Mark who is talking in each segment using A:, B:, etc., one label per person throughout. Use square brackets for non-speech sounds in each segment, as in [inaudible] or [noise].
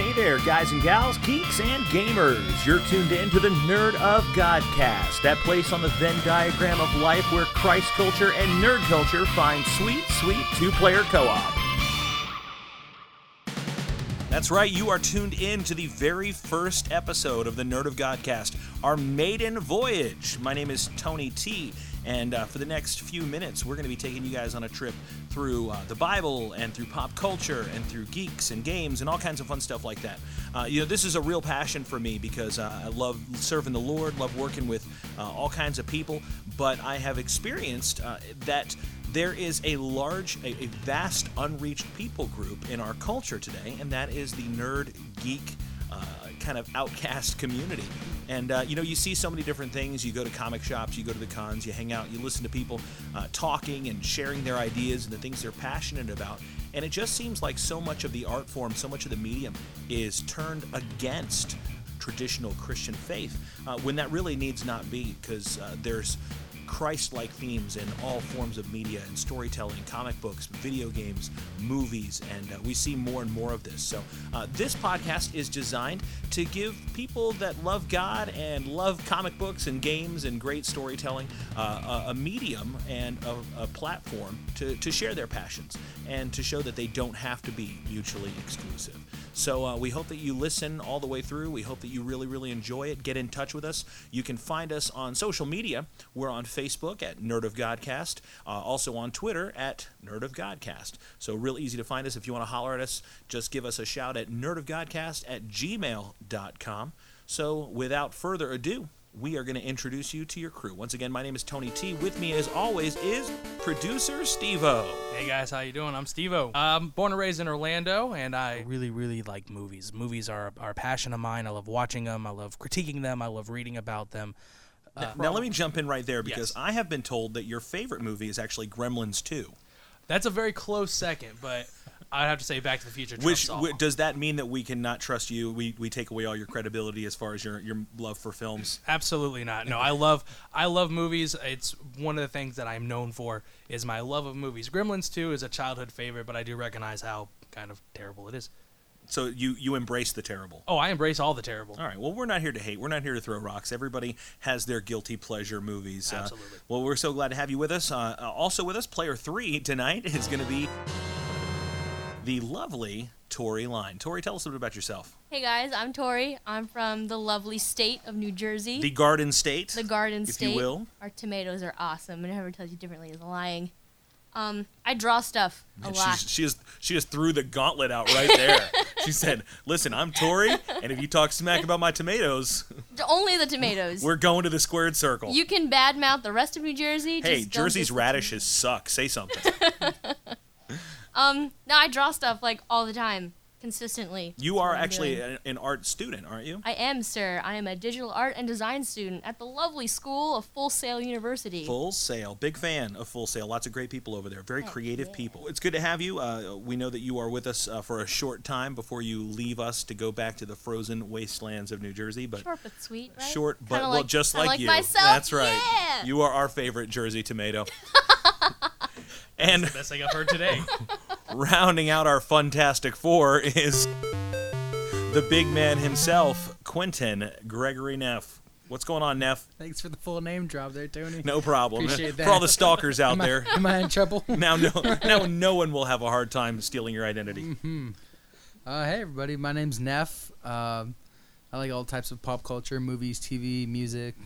A: Hey there, guys and gals, geeks and gamers. You're tuned in to the Nerd of Godcast, that place on the Venn diagram of life where Christ culture and nerd culture find sweet, sweet two player co op.
B: That's right, you are tuned in to the very first episode of the Nerd of Godcast, our maiden voyage. My name is Tony T, and uh, for the next few minutes, we're going to be taking you guys on a trip through uh, the Bible and through pop culture and through geeks and games and all kinds of fun stuff like that. Uh, you know, this is a real passion for me because uh, I love serving the Lord, love working with uh, all kinds of people, but I have experienced uh, that there is a large, a, a vast, unreached people group in our culture today, and that is the nerd geek uh, kind of outcast community. And uh, you know, you see so many different things. You go to comic shops, you go to the cons, you hang out, you listen to people uh, talking and sharing their ideas and the things they're passionate about. And it just seems like so much of the art form, so much of the medium is turned against traditional Christian faith uh, when that really needs not be because uh, there's Christ like themes in all forms of media and storytelling, comic books, video games, movies, and uh, we see more and more of this. So, uh, this podcast is designed to give people that love God and love comic books and games and great storytelling uh, a, a medium and a, a platform to, to share their passions and to show that they don't have to be mutually exclusive. So, uh, we hope that you listen all the way through. We hope that you really, really enjoy it. Get in touch with us. You can find us on social media. We're on Facebook at Nerd of Godcast, uh, also on Twitter at Nerd of Godcast. So, real easy to find us. If you want to holler at us, just give us a shout at Nerd of Godcast at gmail.com. So, without further ado, we are going to introduce you to your crew. Once again, my name is Tony T. With me, as always, is producer Steve O.
C: Hey guys, how you doing? I'm Stevo. I'm born and raised in Orlando, and I really, really like movies. Movies are, are a passion of mine. I love watching them. I love critiquing them. I love reading about them.
B: Now let me jump in right there because
C: Yes.
B: I have been told that your favorite movie is actually Gremlins 2.
C: That's a very close second, but I'd have to say Back to the Future.
B: Which
C: trumps all.
B: wh- does that mean that we cannot trust you? We, we take away all your credibility as far as your your love for films.
C: Absolutely not. No, I love I love movies. It's one of the things that I'm known for is my love of movies. Gremlins 2 is a childhood favorite, but I do recognize how kind of terrible it is.
B: So you you embrace the terrible.
C: Oh, I embrace all the terrible.
B: All right. Well, we're not here to hate. We're not here to throw rocks. Everybody has their guilty pleasure movies. Uh,
C: Absolutely.
B: well, we're so glad to have you with us. Uh, uh, also with us, player three tonight is going to be the lovely Tori Line. Tori, tell us a little bit about yourself.
D: Hey guys, I'm Tori. I'm from the lovely state of New Jersey,
B: The Garden State.
D: the Garden
B: if
D: State.
B: you will.
D: Our tomatoes are awesome, and whoever tells you differently is lying. Um, I draw stuff a
B: And
D: lot.
B: she's, she just she just threw the gauntlet out right there.
D: [laughs]
B: she said, "Listen, I'm Tori, and if you talk smack about my tomatoes,
D: D- Only the tomatoes.
B: we're going to the squared circle."
D: you can badmouth the rest of New Jersey.
B: hey,
D: just don't
B: Jersey's
D: diss the
B: radishes suck. Say something.
D: [laughs] tomatoes. No, I draw stuff like all the time, consistently.
B: You
D: That's
B: are
D: what I'm
B: actually
D: doing.
B: an, an art student, aren't you?
D: I am, sir. I am a digital art and design student at the lovely school of Full Sail University.
B: Full Sail, big fan of Full Sail. Lots of great people over there. Very creative people. It's good to have you. Uh, we know that you are with us uh, for a short time before you leave us to go back to the frozen wastelands of New Jersey. But
D: Short but sweet, right?
B: short, but
D: Kinda
B: well,
D: like-
B: just
D: kinda
B: like,
D: like
B: you.
D: myself,
B: That's right.
D: yeah!
B: You are our favorite Jersey
D: [laughs]
B: tomato. and
C: Best thing I've
B: [laughs]
C: heard today.
B: rounding out our Funtastic Four is the big man himself, Quentin Gregory Neff. What's going on, Neff?
E: Thanks for the full name drop there, Tony.
B: No problem.
E: Appreciate
B: For all
E: that.
B: the stalkers out
E: am
B: there,
E: I, [laughs] am I in trouble?
B: now no, now no one will have a hard time stealing your identity.
E: uh, hey, everybody. My name's Neff. Um, I like all types of pop culture, movies, TV, music,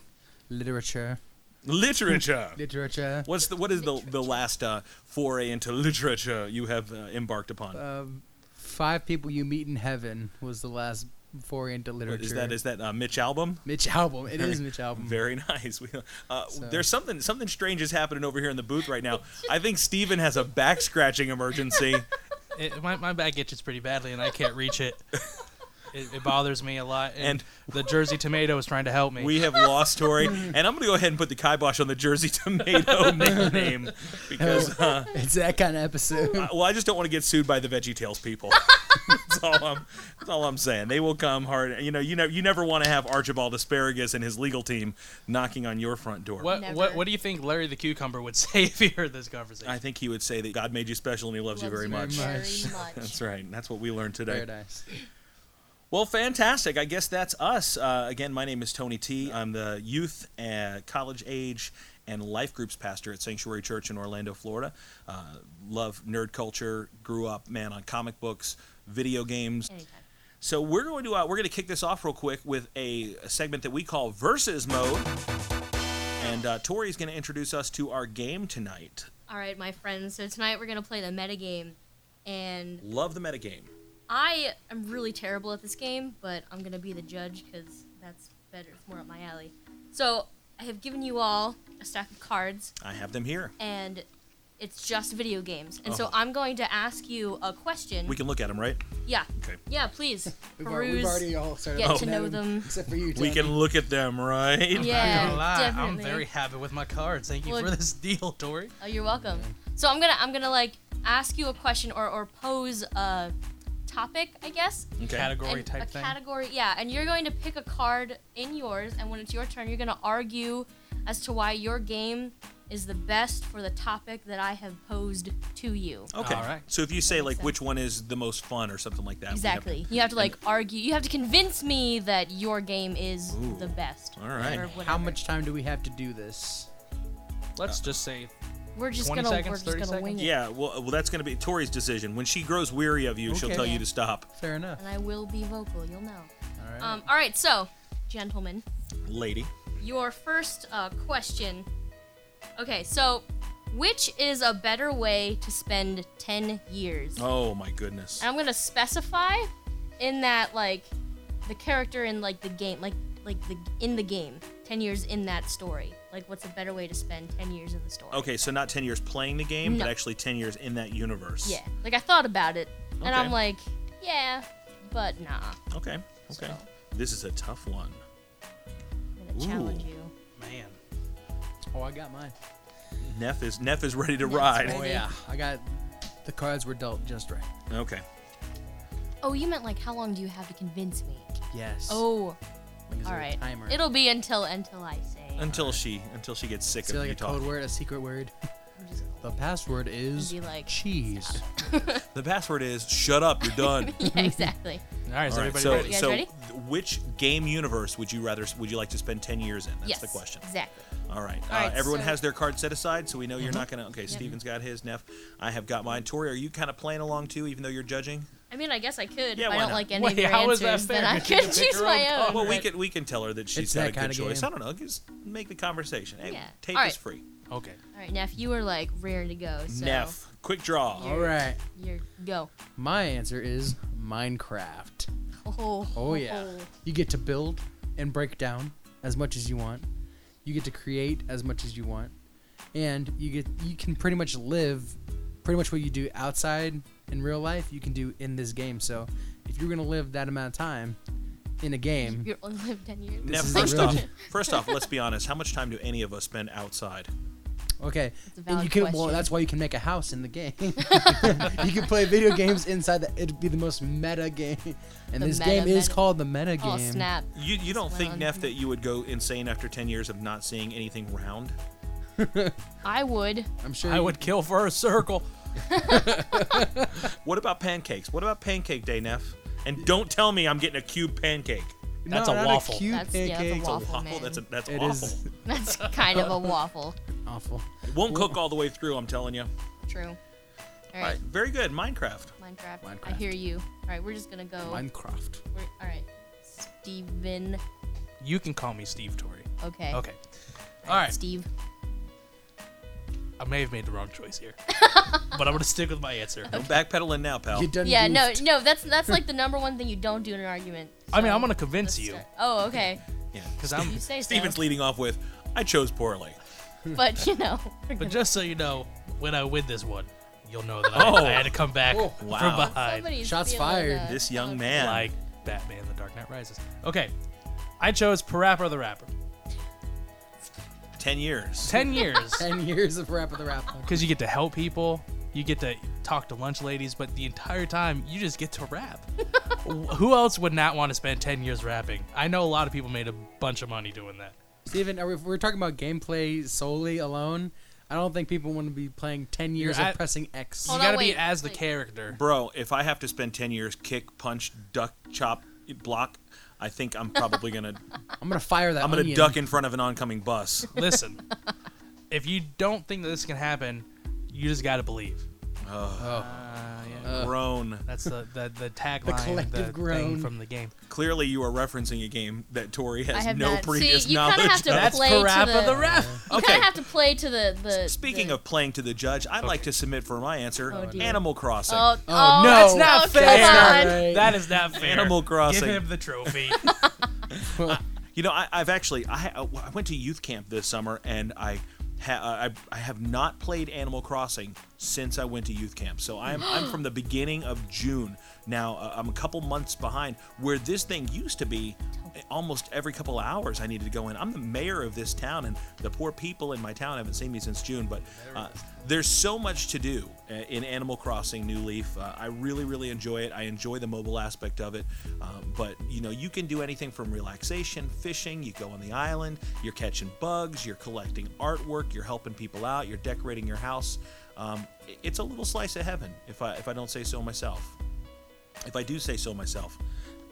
E: literature. [laughs]
B: Literature.
E: Literature.
B: What's the what is the the last uh, foray into literature you have uh, embarked upon?
E: Five People You Meet in Heaven was the last foray into
B: What
E: literature.
B: is that is that uh, Mitch album?
E: Mitch Album. It is Mitch Album.
B: Very [laughs] nice. We, uh,
E: So-
B: There's something something strange is happening over here in the booth right now. I think Steven has a back scratching emergency.
C: It, my, my back itches pretty badly, and I can't
B: [laughs]
C: reach it. It, it bothers me a lot, and, the Jersey tomato is trying to help me.
B: We have lost Tori, and I'm gonna go ahead and put the kibosh on the Jersey Tomato nickname because uh,
E: [laughs] It's that kind of episode.
B: well, I just don't want to get sued by the Veggie Tales people. that's all I'm. That's all I'm saying. They will come hard. You know, you know, you never want to have Archibald Asparagus and his legal team knocking on your front door.
C: what,
D: Never.
C: what what do you think Larry the cucumber would [laughs] say if he heard this conversation?
B: I think he would say that God made you special and He loves, you very much.
D: Very
E: much.
D: much.
E: [laughs]
B: That's right. That's what we learned today.
E: Paradise.
B: Well, fantastic. I guess that's us. Uh, again, my name is Tony T. I'm the youth, uh, college age, and life groups pastor at Sanctuary Church in Orlando, Florida. Uh, love nerd culture. Grew up, man, on comic books, video games.
D: Anytime.
B: So we're going to uh, we're going to kick this off real quick with a, a segment that we call Versus Mode, and uh, Tori's going to introduce us to our game tonight.
D: All right, my friends. So tonight we're gonna play the metagame, and
B: Love the metagame.
D: I am really terrible at this game, but I'm gonna be the judge because that's better. It's more up my alley. So I have given you all a stack of cards,
B: I have them here.
D: and it's just video games. And so
B: Uh-huh.
D: I'm going to ask you a question.
B: We can look at them, right?
D: yeah.
B: Okay.
D: Yeah, please.
F: [laughs] We've, al- we've
D: Peruse.
F: already all started
D: get
F: looking
D: to
F: at
D: know them.
F: Except for you,
B: We can
F: Tony.
B: look at them, right?
D: Yeah,
C: Gonna lie, I'm
D: definitely.
C: very happy with my cards. Thank you
D: Look-
C: for this deal, Tori.
D: Oh, you're welcome. So I'm gonna I'm gonna like ask you a question or or pose a topic, I guess.
B: Okay.
C: Category
D: and
C: type
D: a
C: thing.
D: category, yeah. And you're going to pick a card in yours, and when it's your turn, you're going to argue as to why your game is the best for the topic that I have posed to you.
B: Okay.
C: All right.
B: So if you say
D: makes
B: like
D: sense.
B: which one is the most fun or something like that. we have-
D: Exactly. You have to like argue. You have to convince me that your game is
B: Ooh.
D: the best.
B: All right.
D: or
E: How
D: whatever.
E: much time do we have to do this?
C: Let's just say
D: We're just
C: 20
D: gonna.
C: seconds,
D: we're just
C: 30
D: gonna wing
C: seconds?
D: it.
B: yeah. Well, well, that's going to be Tori's decision. When she grows weary of you, she'll
E: Okay.
B: tell
D: Yeah.
B: you to stop.
E: Fair enough.
D: And I will be vocal. You'll know.
E: All right.
D: Um. All right. So, gentlemen.
B: Lady.
D: Your first uh, question. Okay, so which is a better way to spend 10 years? And
B: Oh my goodness.
D: I'm going to specify in that like the character in like the game, like like the in the game, 10 years in that story. Like what's a better way to spend 10 years in the story?
B: Okay, so not 10 years playing the game, but
D: No.
B: actually 10 years in that universe.
D: Yeah. Like I thought about it and I'm
B: Okay.
D: like, yeah, but nah.
B: Okay. Okay.
D: So-
B: This is a tough one.
D: I'm going to challenge
B: Ooh.
D: you.
C: man.
E: oh, I got mine.
B: Neff is Neff is ready to
D: Neff's
B: ride.
D: ready.
E: Oh yeah, I got. The cards were dealt just right.
B: Okay.
D: Oh, you meant like how long do you have to convince me?
E: Yes.
D: Oh,
E: Like, is
D: all
E: there a
D: right.
E: Timer.
D: It'll be until until I say.
B: Until she until she gets sick
E: Say
B: of
E: like
B: you
E: a code
B: talking.
E: word, a secret word.
D: I'm just [laughs] gonna
E: The password is
D: be like,
E: cheese.
B: The password is shut up, you're done.
D: [laughs] yeah, exactly.
C: All right, is
B: All right,
C: everybody
B: so
C: ready?
D: You guys
B: so
D: ready?
B: th- which game universe would you rather would you like to spend 10 years in? [laughs] That's
D: yes.
B: the question.
D: Exactly.
B: All right.
D: All
B: uh,
D: right,
B: everyone
D: so-
B: has their card set aside, so we know you're not going to. Okay, Steven's got his, Neff. I have got mine. Tori, are you kind of playing along too, even though you're judging?
D: I mean, I guess I could.
B: Yeah,
D: if I
B: why
D: don't
B: not?
D: like any
C: Wait,
D: of your
C: how is that
D: answers, then
C: fair?
D: I
C: You can
D: could
C: pick
D: choose
C: your
D: my
C: own
D: own.
C: call.
B: Well, we
D: but-
B: can we can tell her that she's
E: It's
B: had
E: that
B: a good
E: kinda
B: choice.
E: game.
B: I don't know. Just make the conversation. Hey,
D: Yeah.
B: tape
D: All
B: is
D: right.
B: free.
C: Okay.
D: All right, Neff, you were like raring to go. So
B: Neff, quick draw.
E: All right.
D: You're go.
E: My answer is Minecraft.
D: Oh.
E: Oh yeah. You get to build and break down as much as you want. You get to create as much as you want. And you get you can pretty much live pretty much what you do outside in real life, you can do in this game. So, if you're going to live that amount of time in a game,
D: You're only lived ten years.
B: Neff,
E: is
B: first
E: a
B: off,
E: really- [laughs]
B: first off, let's be honest. How much time do any of us spend outside?
E: okay,
D: a
E: and you
D: valid
E: can well
D: question.
E: that's why you can make a house in the game.
D: [laughs]
E: [laughs] you can play video games inside the it'd be the most meta game. And
D: The
E: this
D: meta,
E: game is
D: meta.
E: cloud called the meta game.
D: Oh snap.
B: You you don't think
D: Well,
B: Neff that you would go insane after 10 years of not seeing anything round?
D: I would. [laughs]
E: I'm sure
C: I
E: you-
C: would kill for a circle.
B: What about pancakes? What about pancake day, Neff? And don't tell me I'm getting a cube pancake.
C: That's a
E: not
C: waffle.
E: cute
D: That's- yeah, that's a
E: pancake.
D: waffle.
B: Awful.
D: Oh, man.
B: [laughs] That's a, that's
E: It
B: awful.
E: is
B: [laughs]
D: That's kind of a waffle.
E: awful.
D: Oh.
B: It won't cook all the way through. I'm telling you.
D: True. All
B: All right.
D: right.
B: Very good. Minecraft.
D: Minecraft. I
E: Minecraft.
D: hear you. All right, we're just gonna go.
E: Minecraft.
D: we're, all right, Steven.
C: You can call me Steve Tori.
D: Okay.
C: Okay. All right.
D: Steve.
C: I may have made the wrong choice
D: [laughs]
C: here, but I'm gonna stick with my answer.
B: No backpedaling now, pal.
E: You done
D: Yeah, no,
E: goofed.
D: no, that's that's like the number one thing you don't do in an argument.
C: I mean,
D: So,
C: I'm gonna convince
D: let's
C: you
D: start- Oh, okay.
B: Yeah.
C: because I'm.
D: You say so.
B: Steven's leading off with, "I chose poorly."
D: but you know, we're
C: But
D: gonna-
C: just so you know, when I win this one, you'll know that
B: Oh.
C: I, I had to come back
E: Oh,
C: from
B: wow.
C: behind.
D: [laughs] somebody's
E: Shots
D: feeling,
E: fired.
D: uh,
B: This young
D: okay.
B: man.
C: like Batman: The Dark Knight Rises. Okay, I chose Parappa the Rapper.
B: Ten years.
C: Ten years,
E: [laughs] Ten years of rap of the rap.
C: because you get to help people, you get to talk to lunch ladies, but the entire time you just get to rap. Wh- Who else would not want to spend ten years rapping? I know a lot of people made a bunch of money doing that.
E: Steven, are we, if we're talking about gameplay solely alone. I don't think people want to be playing ten years
C: You're
E: of
C: at-
E: pressing X.
D: Hold
C: you
D: on,
C: gotta
D: wait,
C: be as the
B: [laughs]
D: wait.
C: character.
B: Bro, if I have to spend ten years kick, punch, duck, chop, block, I think I'm probably
D: [laughs]
B: gonna
E: I'm gonna fire that.
B: I'm gonna
E: onion.
B: duck in front of an oncoming bus.
C: Listen, if you don't think that this can happen, you just got to believe.
B: Groan.
C: That's the the, the tagline, the,
E: collective
C: thing
E: groan.
C: from the game.
B: Clearly, you are referencing a game that Tori has
D: I have
B: no
D: not.
B: previous
D: See, you
B: knowledge
D: kind of have to
B: of.
C: That's
D: play to
C: Parappa
D: the.
C: the Rap.
D: You
B: Okay.
D: kind of have to play to the the.
B: Speaking
D: the,
B: of playing to the judge, I'd like to submit for my answer
D: Oh, dear.
B: Animal Crossing.
D: Oh, oh,
E: no.
D: that's
E: That's
C: not
D: not
C: fair.
D: fair.
E: Right.
C: That is not fair.
B: Animal Crossing.
C: Give him the
E: [laughs]
C: trophy.
B: You know, I, I've actually I, oh, I went to youth camp this summer, and I, ha, uh, I I have not played Animal Crossing since I went to youth camp. So I'm I'm from the beginning of June now. Uh, I'm a couple months behind where this thing used to be. Almost every couple hours, I needed to go in. I'm the mayor of this town, and the poor people in my town haven't seen me since June. But uh, there's so much to do uh, in Animal Crossing New Leaf. Uh, I really, really enjoy it. I enjoy the mobile aspect of it. Um, but you know, you can do anything from relaxation, fishing. You go on the island. You're catching bugs. You're collecting artwork. You're helping people out. You're decorating your house. Um, i- it's a little slice of heaven, if I if I don't say so myself. If I do say so myself.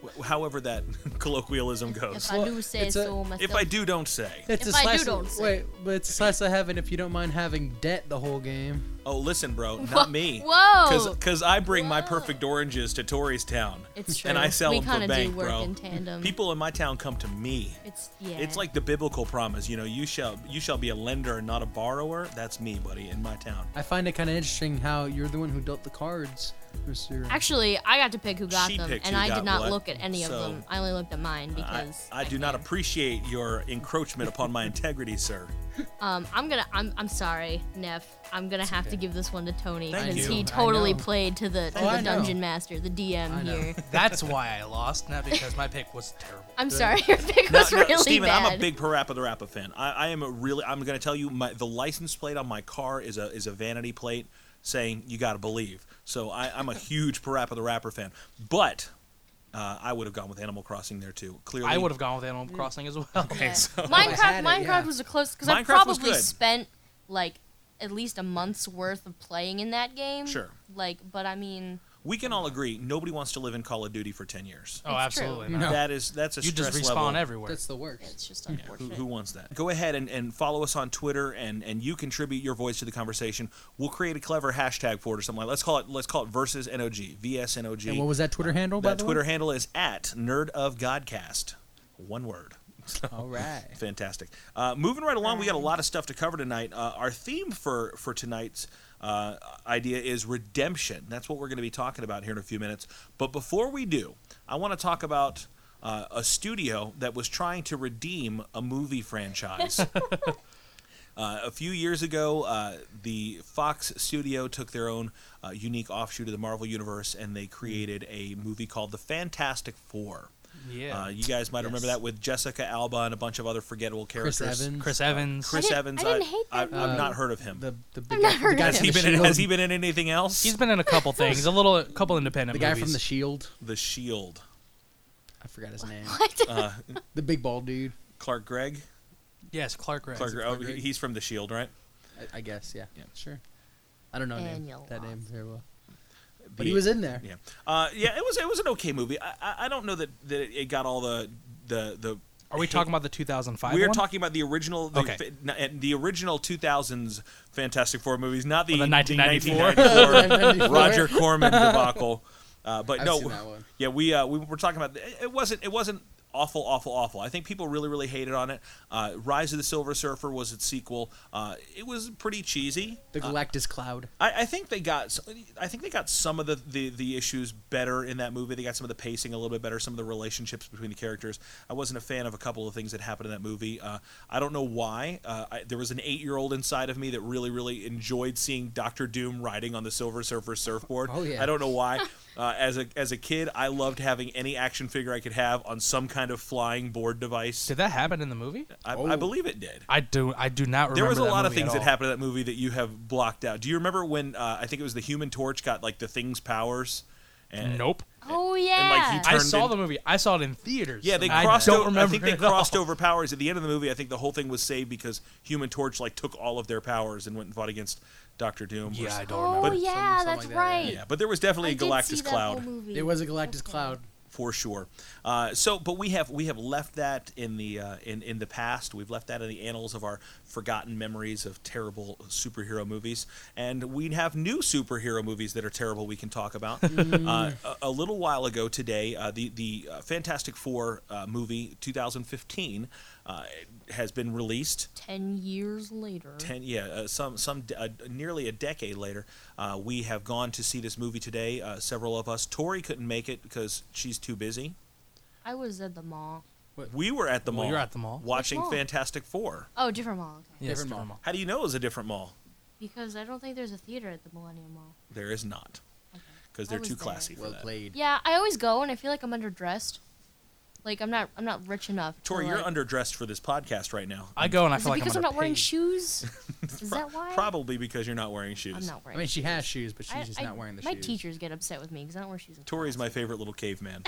B: Wh- However, that [laughs] colloquialism goes.
D: If I do say
E: It's a-
D: so myself.
B: If I do, don't say.
E: It's a
D: If I do,
E: slice
D: don't
E: of,
D: say.
E: wait, but it's a slice of heaven if you don't mind having debt the whole game.
B: Oh, listen,
D: [laughs]
B: bro, not me.
D: Whoa.
B: Because I bring my
D: Whoa.
B: perfect oranges to Tori's town.
D: It's true.
B: And I sell
D: We
B: them
D: kinda
B: for
D: do
B: bank,
D: work
B: bro.
D: in tandem.
B: People in my town come to me.
D: It's yeah.
B: It's like the biblical promise, you know, you shall you shall be a lender and not a borrower. That's me, buddy, in my town.
E: I find it kind of interesting how you're the one who dealt the cards, Mister.
D: Actually, I got to pick who got
B: She
D: them,
B: picked
D: and
B: who
D: I
B: got
D: did not
B: what,
D: look at any
B: so- uh,
D: of them. I only looked at mine
B: I,
D: because
B: I do not
D: can.
B: appreciate your encroachment upon my integrity, sir.
D: Um, I'm gonna. I'm. I'm sorry, Neff. I'm gonna have to give this one to Tony
B: Thank
D: because
B: you. I
D: he totally
E: know.
D: played to the to
E: Oh, I
D: the
E: know.
D: dungeon master, the DM
E: I know.
D: here.
C: That's why I lost, not because my pick was terrible.
D: I'm sorry, [laughs] your pick
B: No,
D: was
B: no,
D: really
B: Steven,
D: bad.
B: I'm a big Parappa the Rappa fan. I, I am a really. I'm going to tell you, my the license plate on my car is a is a vanity plate saying you got to believe. So I, I'm a huge Parappa the Rapper fan. But uh, I would have gone with Animal Crossing there too. Clearly,
C: I would have gone with Animal Crossing as well. [laughs]
D: Yeah.
E: I
D: Minecraft.
E: had it,
D: Minecraft
E: yeah.
D: was a close because I
B: Minecraft was
D: probably
B: good.
D: spent like at least a month's worth of playing in that game.
B: Sure.
D: Like, but I mean,
B: We can all agree nobody wants to live in Call of Duty for ten years.
C: Oh,
D: It's true.
C: absolutely. Not.
E: No.
B: That is that's a
C: You just
B: stress
C: respawn
B: level.
C: everywhere.
E: That's the worst.
D: it's just
B: Who,
D: unfortunate.
B: who wants that? Go ahead and, and follow us on Twitter and, and you contribute your voice to the conversation. We'll create a clever hashtag for it or something like. Let's call it let's call it versus nog vsnog.
E: And what was that Twitter handle? by
B: That
E: the
B: Twitter
E: Way?
B: handle is at Nerd of Godcast. One word.
E: All right.
B: Fantastic. Uh, moving right along, we got a lot of stuff to cover tonight. Uh, our theme for for tonight's uh, idea is redemption. That's what we're going to be talking about here in a few minutes. But before we do, I want to talk about uh, a studio that was trying to redeem a movie franchise. Uh, a few years ago, uh, the Fox studio took their own uh, unique offshoot of the Marvel Universe and they created a movie called The Fantastic Four.
C: Yeah.
B: Uh, you guys might remember
E: Yes.
B: that with Jessica Alba and a bunch of other forgettable characters.
E: Chris Evans.
C: Chris Evans.
B: Chris
D: I didn't-
B: Evans.
D: I didn't hate that
B: I, have
E: movie.
B: not heard of him.
E: The the
D: I've
E: big
D: not
E: guy,
D: heard
E: the guy
B: has,
D: of
E: from
B: he
E: the
B: been in,
E: shield.
B: has he been in anything else?
C: He's been in a
E: [laughs]
C: couple things. A little, a couple independent
E: the guy
C: movies.
E: from the Shield.
B: the Shield.
E: I forgot his name.
D: What?
B: Uh,
D: [laughs]
E: The big bald dude.
B: Clark Gregg.
C: yes, Clark Gregg.
B: Clark, Gregg.
E: Clark
B: oh,
E: Gregg?
B: He's from The Shield, right?
E: I, I guess. Yeah.
B: Yeah.
E: Sure. I don't know
D: And
E: name,
D: you
E: that
D: lost.
E: name very well. But
B: The-
E: he was in there. [laughs]
B: Yeah, uh, yeah. It was it was an okay movie. I, I, I don't know that, that it, it got all the the the.
C: Are we talking about the 2005
B: We're
C: one?
B: talking about the original, the,
C: Okay.
B: fa- n- the original 2000s Fantastic Four movies, not the,
C: Or the 1994.
B: [laughs]
E: [laughs]
B: 1994 Roger Corman debacle. Uh, but
E: I've
B: no,
E: seen that one.
B: [laughs] yeah, we uh, we were talking about it, it wasn't it wasn't awful, awful, awful. I think people really really hated on it. Uh, Rise of the Silver Surfer was its sequel. Uh, it was pretty cheesy.
E: The Galactus Cloud.
B: I, I think they got s- I think they got some of the, the, the issues better in that movie. They got some of the pacing a little bit better, some of the relationships between the characters. I wasn't a fan of a couple of things that happened in that movie. Uh, I don't know why. Uh, I, there was an eight year old inside of me that really really enjoyed seeing Doctor Doom riding on the Silver Surfer surfboard.
E: Oh, yeah.
B: I don't know why. [laughs] Uh, as a as a kid, I loved having any action figure I could have on some kind of flying board device.
C: Did that happen in the movie?
B: I, I
E: Oh.
B: believe it did.
C: I do. I do not remember.
B: There was a
C: that
B: lot of
C: movie at
B: things that
C: all.
B: happened in that movie that you have blocked out. Do you remember when uh, I think it was the Human Torch got like the thing's powers? And,
C: Nope.
D: oh
B: And, like, he
D: yeah.
C: I
B: turned
C: saw
B: in-
C: the movie. I saw it in theaters.
B: Yeah, they
C: I
B: crossed.
C: don't
B: over,
C: remember.
B: I think they
C: it at all.
B: crossed over powers at the end of the movie. I think the whole thing was saved because Human Torch like took all of their powers and went and fought against Doctor Doom. or
C: [laughs] Yeah, I
B: something.
C: don't
D: oh
C: remember.
B: But-
D: yeah,
E: Something-
D: that's
E: something like that,
D: right.
E: yeah.
B: Yeah, but there was definitely
D: I
B: a
D: did see
B: Galactus
D: that
B: cloud
D: whole movie.
E: It was a Galactus
D: Okay.
E: Cloud.
B: for sure. Uh, so, but we have we have left that in the uh, in in the past. We've left that in the annals of our forgotten memories of terrible superhero movies, and we have new superhero movies that are terrible. We can talk about. uh, a, a little while ago today, uh, the the uh, Fantastic Four uh, movie 2015 uh, has been released.
D: Ten years later.
B: Ten, yeah, uh, some some d- uh, nearly a decade later, uh, we have gone to see this movie today. Uh, several of us. Tori couldn't make it because she's too busy.
D: I was at the mall.
B: We were at the
C: Well,
B: mall.
C: you were at the mall. Which
B: watching
D: mall?
B: Fantastic Four.
D: Oh, different mall. Okay.
C: Yes,
E: Different mall.
C: mall.
B: How do you know it was a different mall?
D: Because I don't think there's a theater at the Millennium Mall.
B: There is not,
D: Okay.
B: because
D: I
B: they're
D: was
B: too
D: there.
B: classy for
E: Well
B: that.
E: played.
D: Yeah, I always go and I feel like I'm underdressed. Like I'm not I'm not rich enough. to,
B: Tori, you're
D: like-
B: underdressed for this podcast right now.
C: I go and I
D: Is
C: feel
D: it
C: like
D: because
C: I'm,
D: I'm, not wearing
B: [laughs]
C: underpaid.
D: shoes? Is that why?
B: Probably because you're not wearing shoes.
D: I'm not wearing.
E: I mean, she
D: shoes.
E: has shoes, but she's
D: I-
E: just
D: I-
E: not wearing the
D: my
E: shoes.
D: teachers get upset with me because I don't wear shoes. in
B: Tori's
D: class.
B: my favorite little caveman.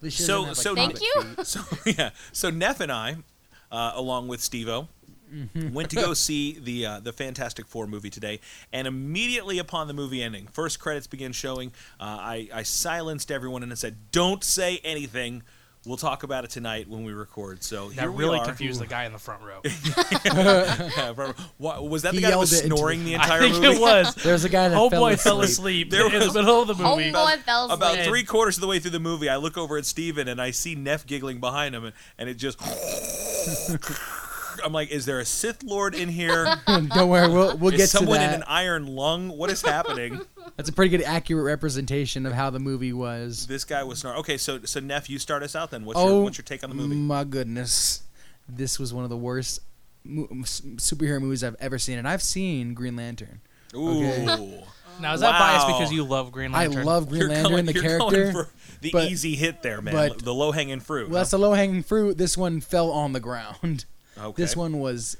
E: At least she
B: So-
E: doesn't have,
B: so-
E: like,
D: Thank
E: hobbit
D: you.
B: [laughs]
E: feet.
B: so yeah, so Neff and I, uh, along with Stevo,
C: Mm-hmm.
B: went to go see the uh, the Fantastic Four movie today, and immediately upon the movie ending, first credits begin showing. Uh, I I silenced everyone and I said, "Don't say anything. We'll talk about it tonight when we record." So
C: That
B: here we
C: really
B: are.
C: confused the guy in the front row.
B: [laughs] Yeah, remember- why- was that the
E: He
B: guy that was
E: yelled it into
B: snoring the
C: I
B: entire
C: think
B: movie?
C: it was.
D: [laughs]
E: There's a guy that
C: Oh
E: fell
C: boy,
E: asleep.
C: fell asleep
B: There
C: in the
B: was-
C: middle of the
D: Oh
C: movie.
D: boy, Bell's
B: About
D: late.
B: three quarters of the way through the movie, I look over at Steven and I see Neff giggling behind him, and, and it just. [laughs] I'm like, is there a Sith Lord in here?
E: [laughs] Don't worry, we'll we'll
B: Is
E: get to
B: someone in an
E: that.
B: iron lung? What is happening? [laughs]
E: That's a pretty good accurate representation of how the movie was.
B: this guy was snarl. Okay, so so Neff, you start us out then. What's
E: oh
B: your what's your take on the movie?
E: my goodness, this was one of the worst mo- m- s- superhero movies I've ever seen, and I've seen Green Lantern.
B: Ooh,
E: [laughs]
C: Now is that biased
B: Wow.
C: because you love Green
E: I
C: Lantern?
E: love Green
B: you're
E: Lantern,
B: going,
E: the
B: you're
E: character.
B: going for the
E: but-
B: easy hit there, man.
E: but-
B: the low hanging fruit.
E: Well, that's the low hanging fruit. This one fell on the ground.
B: Okay.
E: This one was.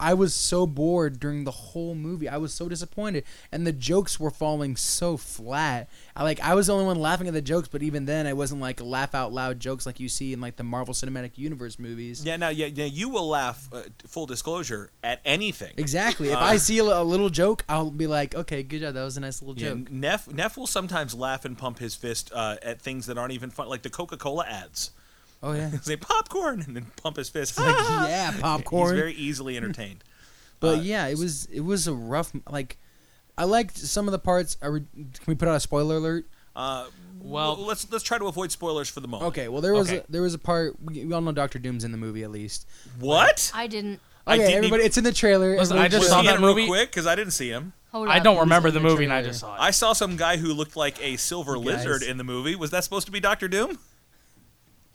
E: I was so bored during the whole movie. I was so disappointed, and the jokes were falling so flat. I like I was the only one laughing at the jokes, but even then, I wasn't like laugh out loud jokes like you see in like the Marvel Cinematic Universe movies.
B: yeah, now yeah, yeah, you will laugh. Uh, full disclosure at anything.
E: Exactly. If
B: Uh.
E: I see a a little joke, I'll be like, okay, good job. That was a nice little
B: Yeah,
E: joke.
B: Neff Neff will sometimes laugh and pump his fist uh, at things that aren't even fun, like the Coca Cola ads. [laughs]
E: Oh yeah.
B: Say popcorn and then pump his fist.
E: yeah,
B: [laughs]
E: popcorn.
B: He's very easily
C: [laughs]
B: entertained.
E: but
B: uh,
E: yeah, it was it was a rough like. I liked some of the parts. Are we, can we put out a spoiler alert?
B: Uh,
C: Well-
B: well, let's let's try to avoid spoilers for the moment.
E: Okay. Well, there was
C: Okay.
E: a, there was a part. We, we all know Doctor Doom's in the movie at least.
B: What?
D: I didn't.
B: I
E: Okay,
B: didn't
E: everybody,
B: even-
E: it's in the trailer.
C: Listen,
E: Everyone
C: I just
B: was
E: should-
C: saw
B: he
C: that
B: in it real
C: movie.
B: quick? Because I didn't see him.
D: Hold
C: I
D: up,
C: don't
D: he's
C: remember
D: in
C: the movie, and I
D: trailer.
C: just saw
B: I
C: it.
B: saw some guy who looked like a silver
E: guys.
B: lizard in the movie. Was that supposed to be Doctor Doom?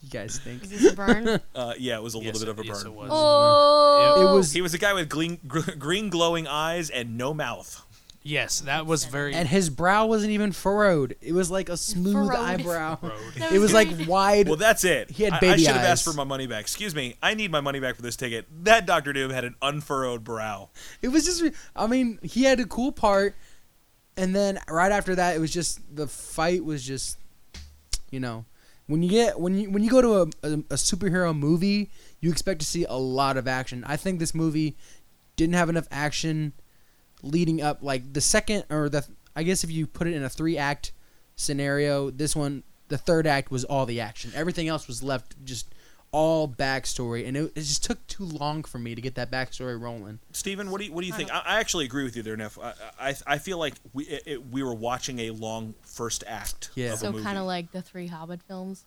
E: You guys think?
D: Is this a
E: [laughs]
D: burn?
B: Uh, yeah, it was a
C: Yes,
B: little bit of a burn.
C: yes, it was.
D: oh.
E: It was
B: He was a guy with green, gr- green glowing eyes and no mouth.
C: Yes, that was very.
E: and his brow wasn't even furrowed. It was like a smooth
D: Furrowed.
C: [laughs]
E: eyebrow.
C: Furrowed.
E: It was like wide.
B: Well, that's it.
E: He had
B: I- I,
E: baby
B: should have asked
E: eyes.
B: for my money back. Excuse me. I need my money back for this ticket. That Doctor Doom had an unfurrowed brow.
E: It was just, re- I mean, he had a cool part, and then right after that, it was just the fight was just, you know, when you get when you when you go to a, a, a superhero movie, you expect to see a lot of action. I think this movie didn't have enough action leading up. Like the second or the, I guess if you put it in a three act scenario, this one the third act was all the action. Everything else was left just all backstory, and it, it just took too long for me to get that backstory rolling.
B: Stephen, what do you what do you think? I, I actually agree with you there, Neff. I I, I feel like we it, it- we were watching a long first act.
E: Yeah.
B: of a
D: So
B: movie.
D: kind of like the three Hobbit films.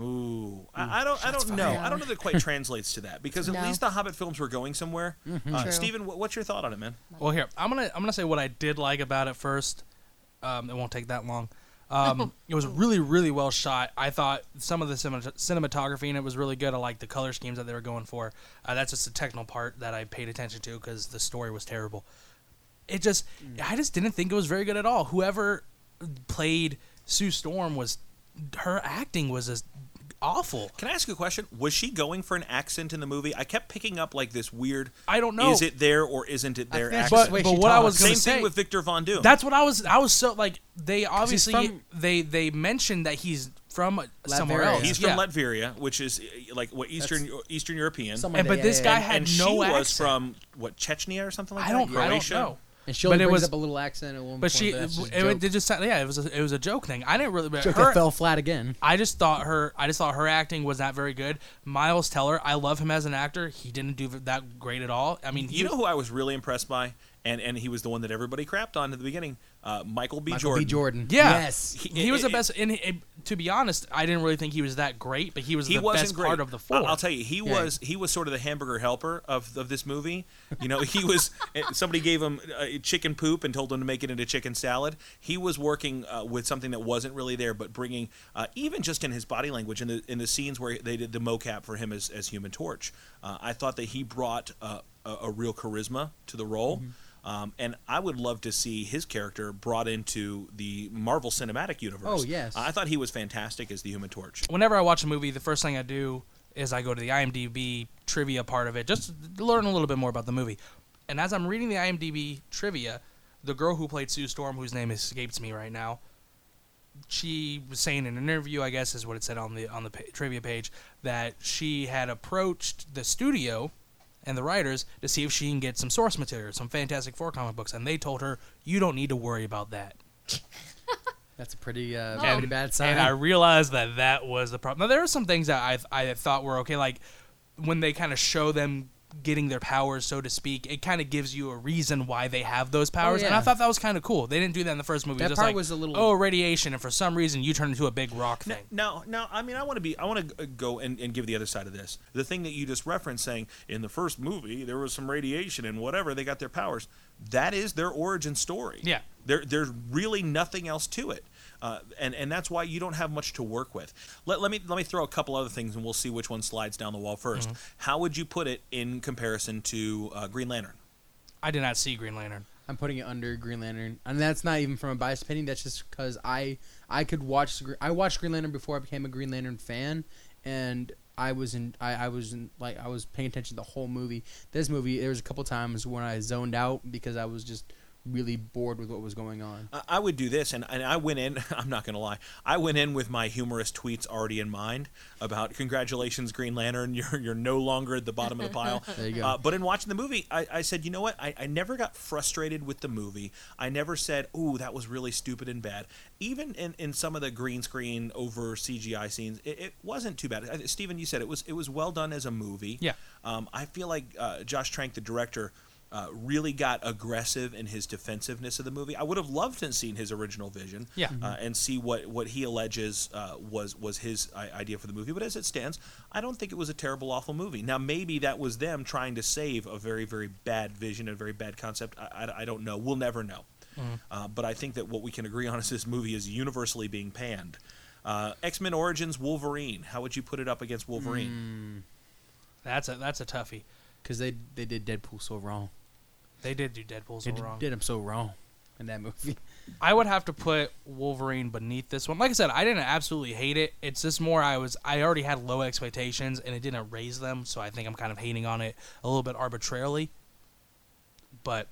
B: Ooh, I, I don't, I don't know. I don't know that it
C: [laughs]
B: quite translates to that because at
D: No.
B: least the Hobbit films were going somewhere. Uh,
C: Mm-hmm.
D: True.
B: Stephen, what, what's your thought on it, man?
C: Well, here I'm gonna I'm gonna say what I did like about it first. Um, it won't take that long. Um, it was really really well shot. I thought some of the cinemat- cinematography in it was really good. I liked the color schemes that they were going for. Uh, that's just the technical part that I paid attention to because the story was terrible. It just I just didn't think it was very good at all. Whoever played Sue Storm was her acting was just awful.
B: Can I ask you a question? Was she going for an accent in the movie? I kept picking up like this weird.
C: I don't know.
B: Is it there or isn't it there?
E: think that's
B: accent?
E: the way
C: But
E: she
C: what I was
E: talks.
C: gonna
B: Same
C: say-
B: thing with Victor Von Doom.
C: That's what I was. I was so like they obviously
E: from-
C: they they mentioned that he's from somewhere
E: Latveria.
C: else.
B: he's from
C: yeah.
B: Latveria, which is uh, like what Eastern Eastern European.
E: Somewhere
C: And, but
E: Yeah,
C: this
E: yeah,
C: guy
E: yeah.
C: had
B: and she
C: no
B: was
C: accent.
B: from what Chechnya or something like
C: I
B: that.
C: don't. I don't
B: Croatia.
C: know.
E: And she
C: But
E: only
C: it
E: brings
C: was-
E: up a little accent at one
C: But
E: point.
C: she,
E: that's
C: it,
E: just a
C: it,
E: joke.
C: just yeah, it was a, it was a joke thing. I didn't really. But
E: Joke
C: her,
E: that fell flat again.
C: I just thought her. I just thought her acting was not very good. Miles Teller, I love him as an actor. He didn't do that great at all. I mean, he,
B: You know who I was really impressed by, and and he was the one that everybody crapped on at the beginning. Uh, Michael B.
E: Michael
B: Jordan.
E: B. Jordan.
C: yeah,
E: Yes.
C: he,
B: He-
C: he was the
B: it-
C: best. And he- to be honest, I didn't really think he was that great, but he was
B: He
C: the
B: wasn't
C: best
B: great.
C: part of the four.
B: I- I'll tell you, he was he was sort of the hamburger helper of of this movie. You know, he was [laughs] eh, somebody gave him uh, chicken poop and told him to make it into chicken salad. He was working uh, with something that wasn't really there, but bringing uh, even just in his body language in the in the scenes where they did the mocap for him as as Human Torch. Uh, I thought that he brought uh, a, a real charisma to the role.
C: Mm-hmm.
B: Um, and I would love to see his character brought into the Marvel Cinematic Universe.
E: Oh, yes.
B: I thought he was fantastic as the Human Torch.
C: whenever I watch a movie, the first thing I do is I go to the IMDb trivia part of it, just to learn a little bit more about the movie. And as I'm reading the IMDb trivia, the girl who played Sue Storm, whose name escapes me right now, she was saying in an interview, I guess is what it said on the on the pa- trivia page, that she had approached the studio and the writers to see if she can get some source material, some Fantastic Four comic books, and they told her, "You don't need to worry about that."
E: That's a pretty, uh,
D: Oh.
E: pretty bad sign.
C: And I realized that that was the problem. Now there are some things that I I thought were okay, like when they kind of show them getting their powers, so to speak. It kind of gives you a reason why they have those powers, and I
E: Oh, yeah.
C: thought that was kind of cool. They didn't do that in the first movie. It
E: That
C: was just
E: part
C: like,
E: was a little-
C: oh radiation, and for some reason you turn into a big rock
B: No,
C: thing.
B: no, no. I mean, I want to be. I want to go and, and give the other side of this. The thing that you just referenced, saying in the first movie there was some radiation and whatever they got their powers. That is their origin story.
C: Yeah.
B: There, there's really nothing else to it, uh, and and that's why you don't have much to work with. Let, let me let me throw a couple other things, and we'll see which one slides down the wall 1st
C: Mm-hmm.
B: How would you put it in comparison to uh, Green Lantern?
C: I did not see Green Lantern.
E: I'm putting it under Green Lantern, and that's not even from a biased opinion. That's just because I I could watch the Gre- I watched Green Lantern before I became a Green Lantern fan, and I was in I, I was in like I was paying attention to the whole movie. This movie there was a couple times when I zoned out because I was just really bored with what was going on.
B: I- I would do this, and, and I went in. [laughs] I'm not going to lie. I went in with my humorous tweets already in mind about congratulations, Green Lantern. [laughs] You're you're no longer at the bottom of the pile.
E: [laughs] There you go.
B: Uh, but in watching the movie, I, I said, you know what? I, I never got frustrated with the movie. I never said, "Ooh, that was really stupid and bad." Even in, in some of the green screen over CGI scenes, it, it wasn't too bad. I- Steven, you said it was it was well done as a movie.
C: Yeah.
B: Um, I feel like uh, Josh Trank, the director, uh, really got aggressive in his defensiveness of the movie. I would have loved to have seen his original vision.
C: Yeah.
B: Uh, and see what what he alleges uh, was was his I- idea for the movie. But as it stands, I don't think it was a terrible, awful movie. Now maybe that was them trying to save a very, very bad vision, a very bad concept. I, I, I don't know. We'll never know. Uh, but I think that what we can agree on is this movie is universally being panned. Uh, X Men Origins Wolverine. How would you put it up against Wolverine?
C: That's a that's a toughie.
E: Because they they did Deadpool so wrong.
C: They did do Deadpool so
E: they did,
C: wrong.
E: did him so wrong in that movie. [laughs]
C: I would have to put Wolverine beneath this one. Like I said, I didn't absolutely hate it. It's just more I was I already had low expectations and it didn't raise them, so I think I'm kind of hating on it a little bit arbitrarily. But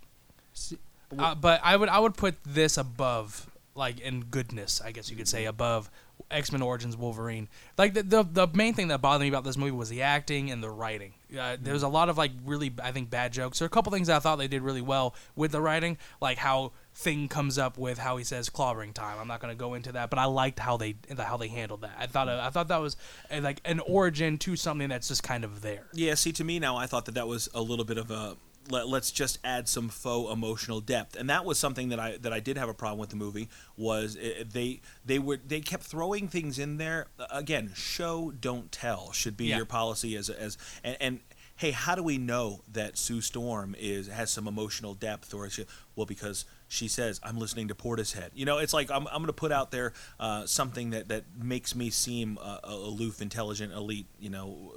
C: uh, but I would I would put this above like in goodness, I guess you could say above X Men Origins Wolverine. Like the, the the main thing that bothered me about this movie was the acting and the writing. Uh, there was a lot of like really I think bad jokes. There are a couple things that I thought they did really well with the writing, like how thing comes up with how he says clobbering time. I'm not going to go into that, but I liked how they how they handled that. I thought I thought that was uh, like an origin to something that's just kind of there.
B: Yeah, see, to me now, I thought that that was a little bit of a let, let's just add some faux emotional depth, and that was something that I that I did have a problem with the movie was eh, they they were they kept throwing things in there again. Show don't tell should be
C: Yeah.
B: your policy as as and. and Hey, how do we know that Sue Storm is has some emotional depth, or is she, well, because she says I'm listening to Portishead. You know, it's like I'm, I'm going to put out there uh, something that that makes me seem uh, aloof, intelligent, elite. You know,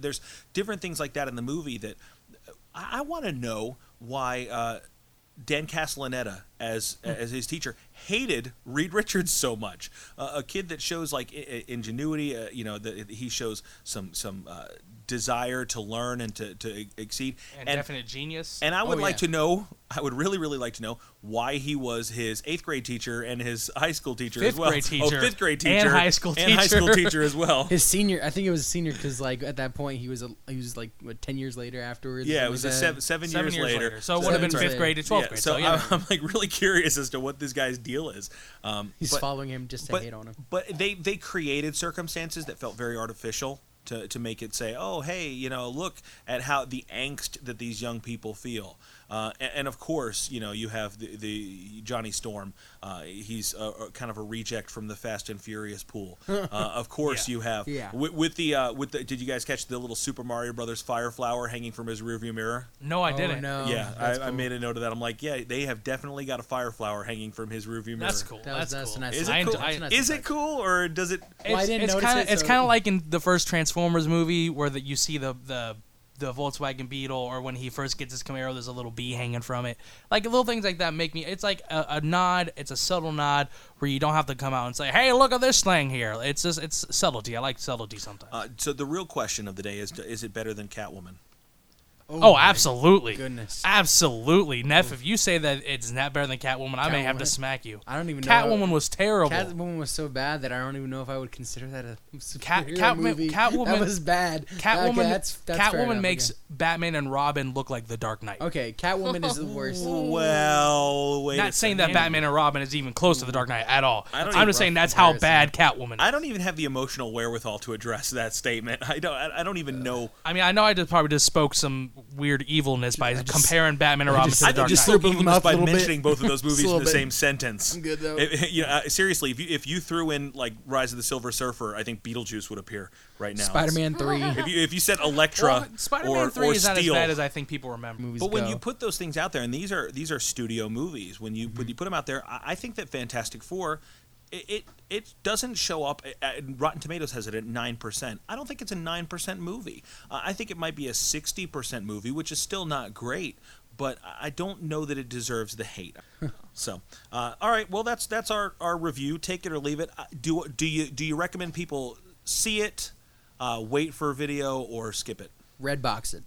B: there's different things like that in the movie that I, I want to know why uh, Dan Castellaneta as
C: Hmm.
B: as his teacher hated Reed Richards so much. Uh, a kid that shows like I- I- ingenuity, uh, you know, the, he shows some some uh, desire to learn and to, to exceed.
C: and, definite genius.
B: And I would
E: Oh,
B: like
E: yeah.
B: to know. I would really, really like to know why he was his eighth grade teacher and his high school teacher as
C: Fifth
B: well.
C: grade
B: Oh,
C: teacher
B: fifth grade teacher
C: and high school
B: and high school
C: teacher.
B: teacher as
C: [laughs]
B: well.
E: His senior, I think it was senior, because like at that point he was a, he was like what ten years later afterwards.
B: yeah,
E: he
B: it was a
E: at-
B: seven, seven,
C: Seven years later. So it
E: So
C: would have been
E: that's
C: fifth
E: right.
C: grade to 12th
B: yeah,
C: grade.
B: so
C: So, yeah.
B: I'm, [laughs] I'm like really curious as to what this guy's deal is. Um,
E: He's
B: but-
E: following him just to
B: but,
E: hate on him.
B: But they they created circumstances that felt very artificial to to make it say, oh hey, you know, look at how the angst that these young people feel. Uh, and, and of course, you know, you have the, the Johnny Storm. Uh, he's a, a kind of a reject from the Fast and Furious pool.
E: [laughs]
B: Uh, of course,
C: Yeah.
B: you have
E: Yeah.
B: with, with the uh, with the. Did you guys catch the little Super Mario Brothers fire flower hanging from his rearview mirror?
C: no, I
E: Oh,
C: didn't.
E: no.
B: yeah, I,
E: that's
B: I
E: cool.
B: made a note of that. I'm like, yeah, they have definitely got a fire flower hanging from his rearview mirror.
C: That's cool.
E: That was-
C: that's
E: that's
C: cool.
E: a nice
B: Is
E: I
B: it cool?
E: enjoy- I- that's
B: is it
E: nice.
B: cool or does it?
C: It's,
E: Well, I didn't
C: it's
E: notice
C: kinda,
E: it,
C: It's
E: so-
C: kind of like in the first Transformers movie where that you see the the the Volkswagen Beetle, or when he first gets his Camaro, there's a little bee hanging from it. Like little things like that make me. It's like a, a nod. It's a subtle nod where you don't have to come out and say, "Hey, look at this thing here." It's just it's subtlety. I like subtlety sometimes.
B: Uh, so the real question of the day is: Is it better than Catwoman?
E: Oh,
C: oh,
E: my
C: absolutely.
E: goodness.
C: Absolutely, Neff. If you say that it's not better than Catwoman, I may have to
E: Catwoman.
C: smack you.
E: I don't even know.
C: Catwoman was terrible.
E: Catwoman was so bad that I don't even know if I would consider that a [laughs] superhero
C: Cat- Catwoman-
E: movie.
C: Catwoman-
E: that was bad.
C: Catwoman,
E: Okay, that's, that's fair
C: Catwoman
E: enough,
C: makes Batman and Robin look like the Dark Knight.
E: Okay, Okay, Catwoman is the worst.
B: Well, wait. a
C: Not saying that
B: second.
C: Batman and Robin is even close to the Dark Knight at all.
B: I don't
C: I'm
B: even
C: just saying
B: rough
C: that's how bad
E: comparison.
C: Catwoman. Is.
B: I don't even have the emotional wherewithal to address that statement. [laughs] I don't. I, I don't even know.
C: I mean, I know I just probably just spoke some weird evilness by
E: just-
C: comparing Batman and
E: I
C: Robin
E: just-
C: to the
B: I
E: think
C: Dark
B: just
C: Knight.
E: Knight.
B: spoke
E: Open them
B: evilness
E: up a
B: by
E: little bit.
B: mentioning both of
E: [laughs]
B: those movies in
E: little
B: the
E: bit.
B: same sentence.
E: I'm good, though.
B: If- if- you know, uh, seriously, if you if you threw in like Rise of the Silver Surfer, I think Beetlejuice would appear right now.
E: Spider-Man
C: [laughs]
E: three
B: If you if you said Elektra
C: Well, Spider-Man
B: or,
C: 3
B: or
C: is not
B: Steel,
C: as bad as I think people remember.
E: movies.
B: But when
E: go.
B: you put those things out there, and these are these are studio movies, when you when you put them out there, I, I think that Fantastic Four, it it, it doesn't show up. At, at- Rotten Tomatoes has it at nine percent. I don't think it's a nine percent movie. Uh, I think it might be a sixty percent movie, which is still not great. But I I don't know that it deserves the
E: [laughs]
B: hate. so, uh, all right, well that's that's our, our review. Take it or leave it. Uh, Do do you do you recommend people see it, uh, wait for a video, or skip it?
E: red box it.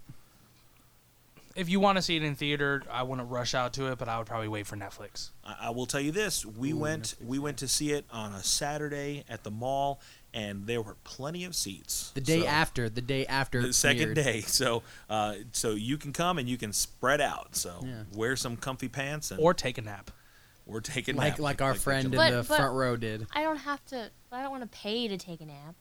C: If you want to see it in theater, I wouldn't rush out to it, but I would probably wait for Netflix.
B: I, I will tell you this: we went we went to see it on a Saturday at the mall, and there were plenty of seats.
E: The day
B: So-
E: after, the day after.
B: the
E: it
B: second
E: premiered.
B: day. [laughs] So uh, so you can come and you can spread out. So
E: Yeah.
B: wear some comfy pants, and
C: Or take a nap.
B: we're taking
E: like
B: nap-
E: like our
B: the
E: friend in
B: gentleman.
D: But-
E: the
D: but-
E: front row did. Uh,
D: I don't have to. I don't want to pay to take a nap.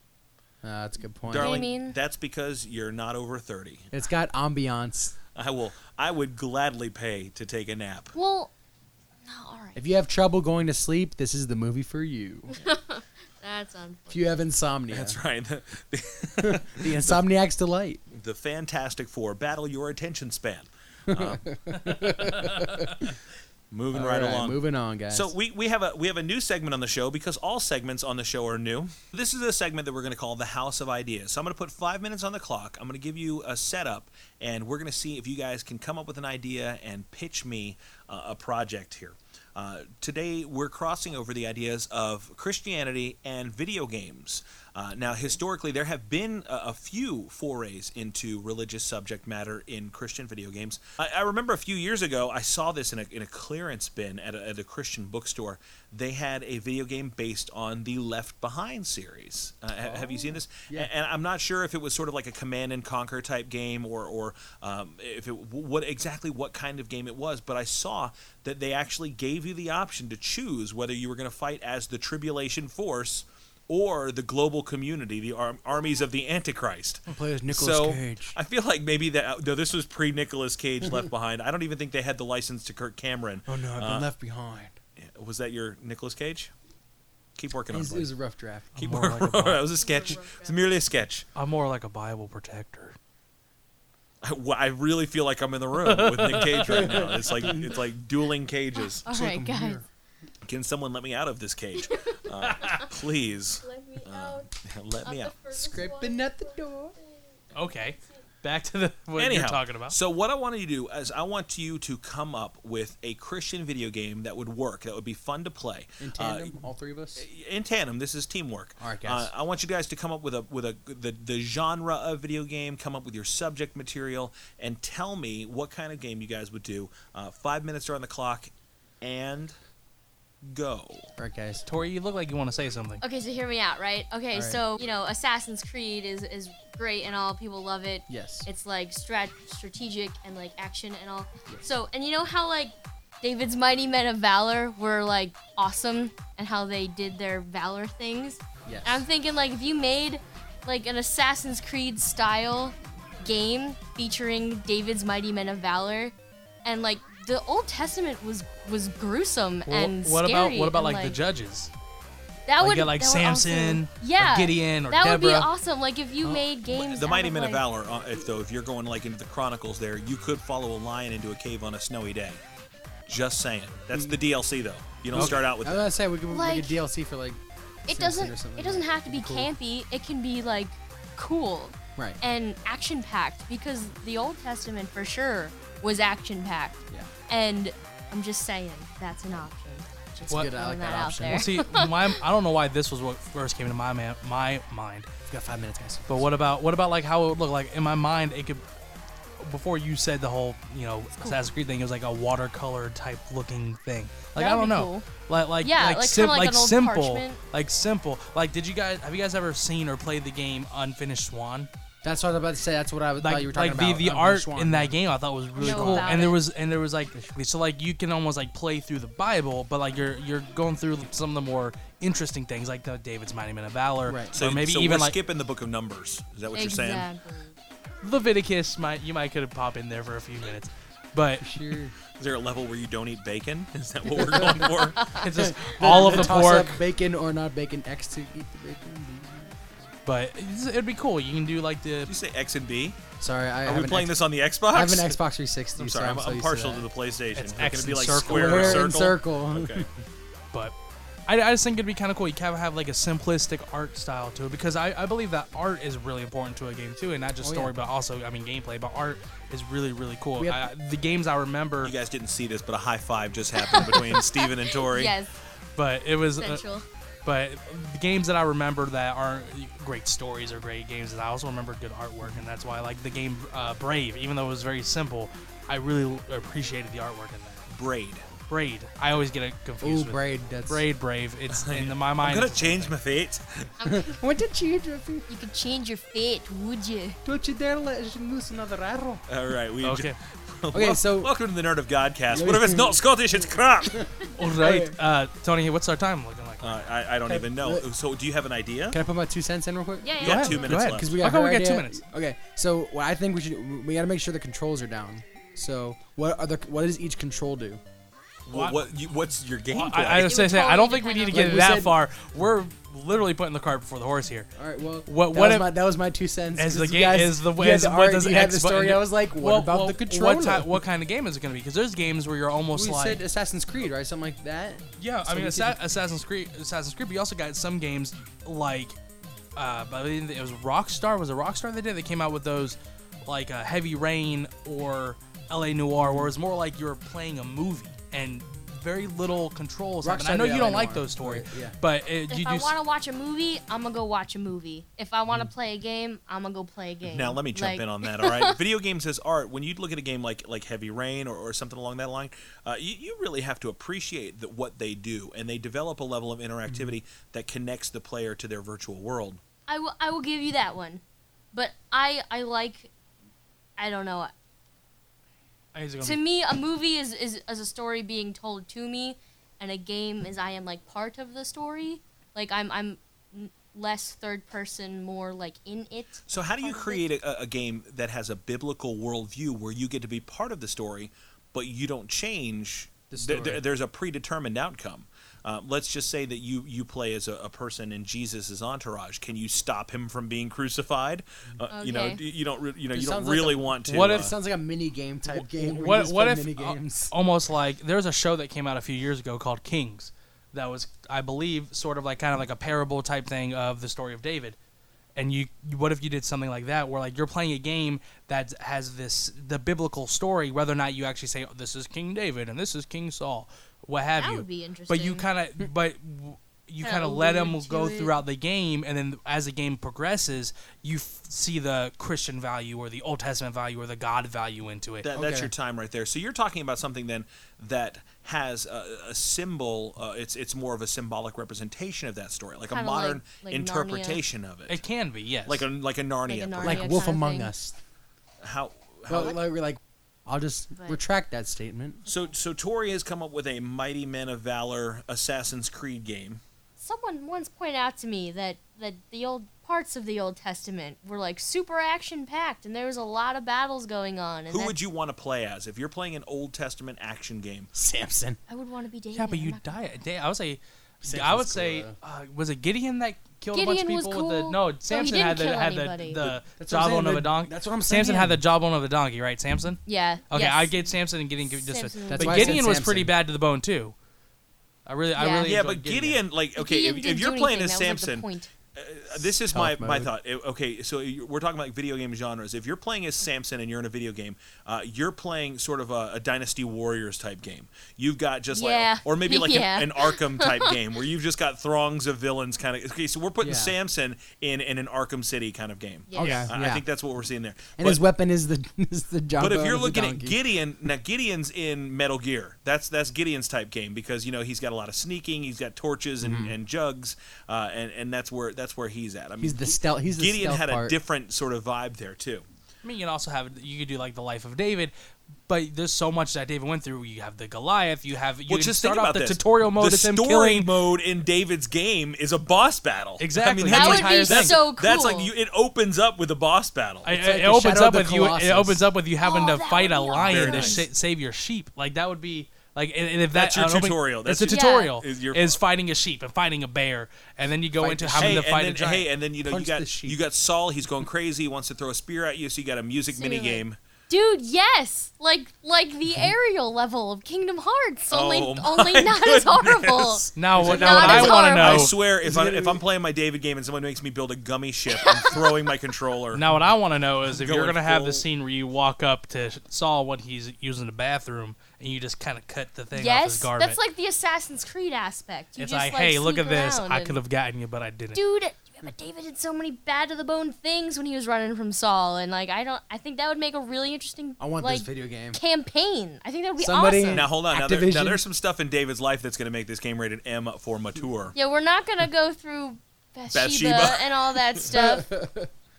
E: Uh, that's a good point.
B: darling.
D: mean-
B: That's because you're not over thirty.
E: It's got ambiance.
B: I will. I would gladly pay to take a nap.
D: Well, no, all right.
E: If you have trouble going to sleep, this is the movie
D: [laughs]
E: for you.
D: That's on.
E: If you have insomnia,
B: That's right. [laughs] The,
E: the insomniac's delight.
B: the Fantastic Four battle your attention span.
E: [laughs]
B: Um, [laughs] moving
E: All
B: right, along.
E: Moving on, guys.
B: So we, we have a we have a new segment on the show because all segments on the show are new. This is a segment that we're going to call the House of Ideas. So I'm going to put five minutes on the clock. I'm going to give you a setup, and we're going to see if you guys can come up with an idea and pitch me uh, a project here. Uh, today we're crossing over the ideas of Christianity and video games. Uh, now, historically, there have been a, a few forays into religious subject matter in Christian video games. I, I remember a few years ago, I saw this in a, in a clearance bin at a, at a Christian bookstore. They had a video game based on the Left Behind series. Uh, ha- Have you seen this?
E: yeah.
B: A- And I'm not sure if it was sort of like a Command and Conquer type game, or or um, if it what exactly what kind of game it was. But I saw that they actually gave you the option to choose whether you were going to fight as the Tribulation Force or the global community, the arm, armies of the Antichrist.
E: play as Nicolas
B: so uh,
E: Cage.
B: I feel like maybe that no, this was pre Nicolas Cage
E: [laughs]
B: Left Behind. I don't even think they had the license to Kirk Cameron.
E: oh no, I've been
B: Uh,
E: left behind.
B: Was that your Nicolas Cage? Keep
E: It
B: working on
E: was, it was
B: it.
E: a rough draft.
B: Keep [laughs]
C: more
B: working.
C: like a
B: that was a sketch. It's merely a sketch.
C: I'm more like a Bible protector.
B: I, well, I really feel like I'm in the room with Nick Cage right now. It's like it's like dueling cages.
D: All right, guys.
B: Can someone let me out of this cage? Uh, please,
D: Let me
B: Uh, let me out.
E: Scraping at the door.
C: Okay. back to the what
B: Anyhow,
C: you're talking about.
B: So what I want you to do is I want you to come up with a Christian video game that would work, that would be fun to play.
E: In
B: Uh,
E: tandem, all three of us.
B: in tandem. This is teamwork.
E: All right, guys.
B: Uh, I want you guys to come up with a with a the, the genre of video game. Come up with your subject material and tell me what kind of game you guys would do. Uh, five minutes are on the clock, and go.
E: All right, guys.
C: Tori, you look like you want to say something.
D: Okay, so hear me out, right? Okay,
E: All right.
D: so you know, Assassin's Creed is is great and all. People love it.
E: Yes.
D: It's like strat- strategic and like action and all. So, and you know how like David's mighty men of valor were like awesome and how they did their valor things.
E: Yes.
D: And I'm thinking like if you made like an Assassin's Creed style game featuring David's mighty men of valor and like the Old Testament was was gruesome
C: Well,
D: and
C: what about
D: scary
C: what about
D: and,
C: like, the judges?
D: that
C: Like,
D: would
C: yeah, like
D: that would
C: Samson
D: also-
C: or
D: yeah,
C: Gideon or
D: that would be
C: Deborah. Uh,
D: awesome. Like if you made games,
B: The
D: out
B: Mighty
D: of,
B: Men of
D: like-
B: Valor. Uh, if though if you're going like into the Chronicles, there you could follow a lion into a cave on a snowy day. Just saying. That's the DLC though. You don't start out with.
E: I was gonna say we could like,
D: Like-
E: make a DLC for like.
D: It
E: Samson
D: doesn't.
E: or something.
D: It doesn't have to be
E: Cool.
D: campy. It can be like cool
E: Right.
D: and action packed because the Old Testament for sure was action packed.
E: yeah.
D: And I'm just saying that's an option. Just
C: What-
E: good, I
D: throwing
E: like that
D: out
E: option.
D: there.
E: We'll
D: [laughs]
C: See, my, I don't know why this was what first came to my man, my mind.
E: We've got five minutes, guys.
C: But what about what about like how it would look like in my mind? It could before you said the whole you know Assassin's Creed thing. It was like a watercolor type looking thing. Like
D: That'd
C: I don't
D: be
C: know.
D: cool.
C: Like like
D: Yeah,
C: like,
D: like
C: sim-
D: kinda like
C: like
D: an old
C: simple
D: parchment.
C: like simple like did you guys have you guys ever seen or played the game Unfinished Swan?
E: That's what I was about to say. That's what I thought
C: Like
E: you were talking
C: like
E: about.
C: the the
E: Unfinished
C: art
E: Swan.
C: in that game I thought was really
D: know
C: cool.
D: about
C: And there
D: it.
C: was and there was like so like you can almost like play through the Bible, but like you're you're going through some of the more interesting things like the David's Mighty Men of Valor,
E: Right.
B: So
C: or maybe
B: so
C: even
B: we're
C: like
B: skipping the Book of Numbers. Is that what
D: exactly.
B: you're saying?
C: Leviticus might you might could have pop in there for a few minutes,
E: [laughs]
C: but
E: Sure.
B: Is there a level where you don't eat bacon? [laughs] Is that what we're going for?
C: it's just all of the
E: toss up
C: pork.
E: bacon or not bacon. X to eat the bacon.
C: But it's- it'd be cool. You can do like the
B: Did you say X and B?
E: Sorry, I
B: Are
E: have
B: we
E: an
B: playing
E: X-
B: this on the Xbox?
E: I have an Xbox 360.
B: I'm sorry, I'm,
E: so I'm, so
B: I'm
E: used
B: partial
E: to,
B: to,
E: that.
B: the PlayStation. Is
C: It's
B: it gonna
C: X and
B: be like
C: circle.
B: square or
E: We're
B: circle.
E: in circle. [laughs]
B: Okay.
C: but. I, I just think it'd be kind of cool. You kind of have like a simplistic art style to it because I, I believe that art is really important to a game too, and not just
E: Oh, yeah.
C: story, but also I mean gameplay. But art is really really cool.
E: We have-
C: I, the games I remember,
B: You guys didn't see this, but a high five just happened
E: [laughs]
B: between Steven and Tori.
D: Yes,
C: but it was uh,
D: central.
C: but the games that I remember that aren't great stories or great games, is I also remember good artwork, and that's why I like the game uh, Brave, even though it was very simple. I really appreciated the artwork in that.
B: Braid.
C: Braid. I always get it confused.
E: Ooh,
C: with
E: braid. That's [laughs]
C: Braid, brave. It's in my
B: I'm
C: mind.
B: gonna change my fate.
E: What did you do?
D: You could change your fate, would you?
E: Don't you dare let loose another arrow.
B: All right, we
C: Okay.
E: Okay, so
B: welcome to the Nerd of Godcast. What if it's not Scottish? It's crap.
C: All right, uh, Tony. What's our time looking like?
B: Uh, I, I don't even know. So, do you have an idea?
E: can I put my two cents in real quick?
D: Yeah,
B: You
D: yeah.
B: got Uh, two
C: Go
B: minutes
C: ahead,
B: left.
E: Because we got
C: Okay,
E: her
C: we got two
E: idea-
C: minutes.
E: Okay, so what I think we should we got to make sure the controls are down. So what are the what does each control do?
B: Well, what, you, what's your game?
C: I, I,
B: plan?
C: say, say, I don't think we need to get
E: Like we
C: that
E: said-
C: far. We're literally putting the cart before the horse here.
E: All right, well,
C: What-
E: that,
C: what
E: was
C: if-
E: my, that was my two cents.
C: As the
E: You
C: game
E: guys-
C: is the
E: you
C: way
E: had
C: as
E: the
C: what
E: art,
C: does
E: you
C: X
E: had the
C: button
E: story.
C: do?
E: I was like, what
C: Well,
E: about
C: well,
E: the controller?
C: What, ti- what kind of game is it going to be? Because there's games where you're almost
E: we
C: like,
E: said Assassin's Creed, right? Something like that.
C: yeah. I
E: so
C: mean,
E: we
C: Assa-
E: did-
C: Assassin's Creed, Assassin's Creed. But you also got some games like, uh, but I think it was Rockstar. Was it Rockstar they did? They came out with those like uh, Heavy Rain or L.A. Noir, where it's more like you're playing a movie and very little controls. happen.
E: Rockstar
C: I know
E: did
C: you don't
E: LA
C: like
E: Noire,
C: those story,
E: right, yeah.
C: but it,
D: If
C: you
D: I
C: do.
D: want to watch a movie, I'm gonna go watch a movie. If I want to play a game, I'm gonna go play a game.
B: Mm. Now let me jump
D: Like,
B: in on
D: [laughs]
B: that. All right, video games as art. When you look at a game like like Heavy Rain or, or something along that line, uh, you, you really have to appreciate that what they do, and they develop a level of interactivity that connects the player to their virtual world.
D: I will. I will give you that one, but I I like. I don't know.
C: Is it gonna
D: To
C: be-
D: me, a movie is, is is a story being told to me, and a game is I am like part of the story. Like I'm I'm n- less third person, more like in it. Um,
B: So how do you
D: Part of it.
B: create a, a game that has a biblical worldview where you get to be part of the story, but you don't change?
E: The
B: There- there-
E: story.
B: there's a predetermined outcome. Uh, let's just say that you you play as a, a person in Jesus' entourage. Can you stop him from being crucified? Uh, You know,
D: Okay.
B: you you don't re- you know you don't
E: sounds like
B: really
E: a-
B: want to.
C: What
B: uh,
C: if
E: It sounds like a mini game type game. where you
C: What
E: just
C: what
E: play
C: if
E: mini
C: uh,
E: games?
C: almost like there's a show that came out a few years ago called Kings that was I believe sort of like kind of like a parable type thing of the story of David. and you you- what if you did something like that where like you're playing a game that has this the biblical story whether or not you actually say oh, this is king david and this is king saul what have
D: That
C: you
D: would be
C: but you
D: interesting. [laughs]
C: kind of but w- you
D: Kinda
C: kind of let them
D: allude to
C: go
D: it.
C: throughout the game and then as the game progresses you f- see the christian value or the old testament value or the god value into it
B: That, That's
E: Okay.
B: your time right there. So you're talking about something then that has a, a symbol. Uh, it's it's more of a symbolic representation of that story, like a
D: Kinda like-
B: modern
D: like Narnia.
B: interpretation of it,
C: it can be yes
B: like a like a Narnia.
D: Narnia.
B: book.
D: Like
E: like
D: that
E: Wolf
D: kind of
E: Among
D: thing.
E: Us. [laughs]
B: how how
E: Well, like, we're like, I'll just
D: But-
E: retract that statement.
B: so so Tori has come up with a Mighty Men of Valor Assassin's Creed game.
D: Someone once pointed out to me that, that the old parts of the Old Testament were like super action packed, and there was a lot of battles going on. And
B: Who would you want to play as if you're playing an Old Testament action game?
E: Samson.
D: I would want to be David.
C: yeah but
D: I'm
C: you
D: not gonna-
C: die a day i would say
E: Samson's
C: i would
E: cool,
C: say
E: though.
C: uh, was it gideon that killed a bunch
D: Gideon
C: of
D: was
C: people with the
D: cool. No,
C: no
D: he
C: samson
D: didn't
C: had the
D: kill
C: had
D: anybody.
C: the, the
E: That's what I'm
C: jawbone
E: saying,
C: of
E: the-
C: a donkey
E: that's what I'm
C: samson
E: saying.
C: had the jawbone of a donkey right samson
D: Yeah.
C: Okay,
D: yes.
C: I get Samson and Gideon. Just
D: Samson.
E: That's
C: but
E: why I said
C: Gideon was pretty
E: Samson.
C: bad to the bone too. I really, I
D: Yeah.
C: really.
B: Yeah, but
C: enjoyed
B: Gideon, like okay,
D: Gideon
B: if,
D: didn't
B: if you're
D: do
B: playing
D: anything,
B: as
D: that was,
B: Samson,
D: like, the
B: uh,
D: point.
B: this is my,
E: Stealth
B: my
E: mode.
B: thought. I- Okay, so you- we're talking about video game genres. If you're playing as Samson and you're in a video game, uh, you're playing sort of a, a Dynasty Warriors type game. You've got just
D: Yeah.
B: like, or maybe like
D: [laughs] Yeah.
B: an, an Arkham type game where you've just got throngs of villains kind of. Okay, so we're putting
E: Yeah.
B: Samson in, in an Arkham City kind of game.
D: Yes. Okay,
B: I, I
E: yeah.
B: think that's what we're seeing there.
E: And
B: But-
E: his weapon is the [laughs] is the jawbone.
B: but if you're
E: of the
B: looking at
E: donkey.
B: Gideon, now Gideon's in Metal Gear. That's that's Gideon's type game because you know he's got a lot of sneaking, he's got torches and, and jugs, uh, and and that's where that's where he's at. I mean,
E: he's the stealth. He's the
B: Gideon
E: stealth
B: had a
E: part.
B: different sort of vibe there too.
C: I mean, you can also have you could do like the life of David, but there's so much that David went through. You have the Goliath. You have you
B: well,
C: can
B: just
C: start
B: think
C: off
B: about
C: the
B: this.
C: tutorial mode.
B: The
C: it's him
B: story
C: killing.
B: mode in David's game is a boss battle.
C: Exactly.
B: I mean,
C: That
B: that's
C: would
B: like,
C: be
B: that's,
D: so
B: That's like
D: cool.
B: you. It opens up with a boss battle.
C: I-
E: like
C: it
E: the
C: opens
E: Shadow of
C: up
E: the
C: with you. It
E: Colossus.
C: opens up with you having
D: Oh,
C: to
D: that
C: fight
D: would
C: a
D: be
C: lion
B: Very
C: to
B: nice.
C: sa- save your sheep. Like that would be like, and, and if that
B: That's your
C: I don't know,
B: tutorial.
C: It's a
B: That's
D: your- Yeah.
C: tutorial.
B: is your-
C: Is fighting a sheep and fighting a bear, and then you go
E: Fight
C: into
E: the
C: having
B: hey,
C: to fight a
B: and then,
C: giant.
B: hey, and then you know you
E: Punch the
B: got
E: sheep.
B: you got Saul. He's going crazy. He wants to throw a spear at you. So you got a music
D: So
B: mini
D: you're like,
B: game.
D: Dude, yes, like like
C: [laughs]
D: the aerial level of Kingdom Hearts, only
B: Oh my
D: only not as horrible.
C: now what? Now
D: not
C: what I
D: as
C: want to
D: horrible.
B: I
C: know.
B: swear, if I if I'm playing my David game and someone makes me build a gummy ship,
C: [laughs]
B: I'm throwing my controller.
C: Now, what I want to know is if you're
B: Going
C: going to have the
B: full-
C: scene where you walk up to Saul when he's using the bathroom and you just kind of cut the thing off his
D: Yes,
C: garment.
D: that's like the Assassin's Creed aspect. You
C: it's
D: just,
C: like, hey, look
D: sneak
C: at this.
D: around
C: I
D: and-
C: could have gotten you, but I didn't.
D: Dude, yeah, but David did so many bad to the bone things when he was running from Saul, and like I don't, I think that would make a really interesting.
E: I want
D: like,
E: this video game.
D: campaign. I think that would be
E: Somebody-
D: awesome.
B: Now hold on. Now, there, now
E: Activision.
B: there's some stuff in David's life that's going to make this game rated M for mature.
D: Yeah, we're not gonna go through Bathsheba,
B: Bathsheba.
D: and all
B: [laughs]
D: that stuff.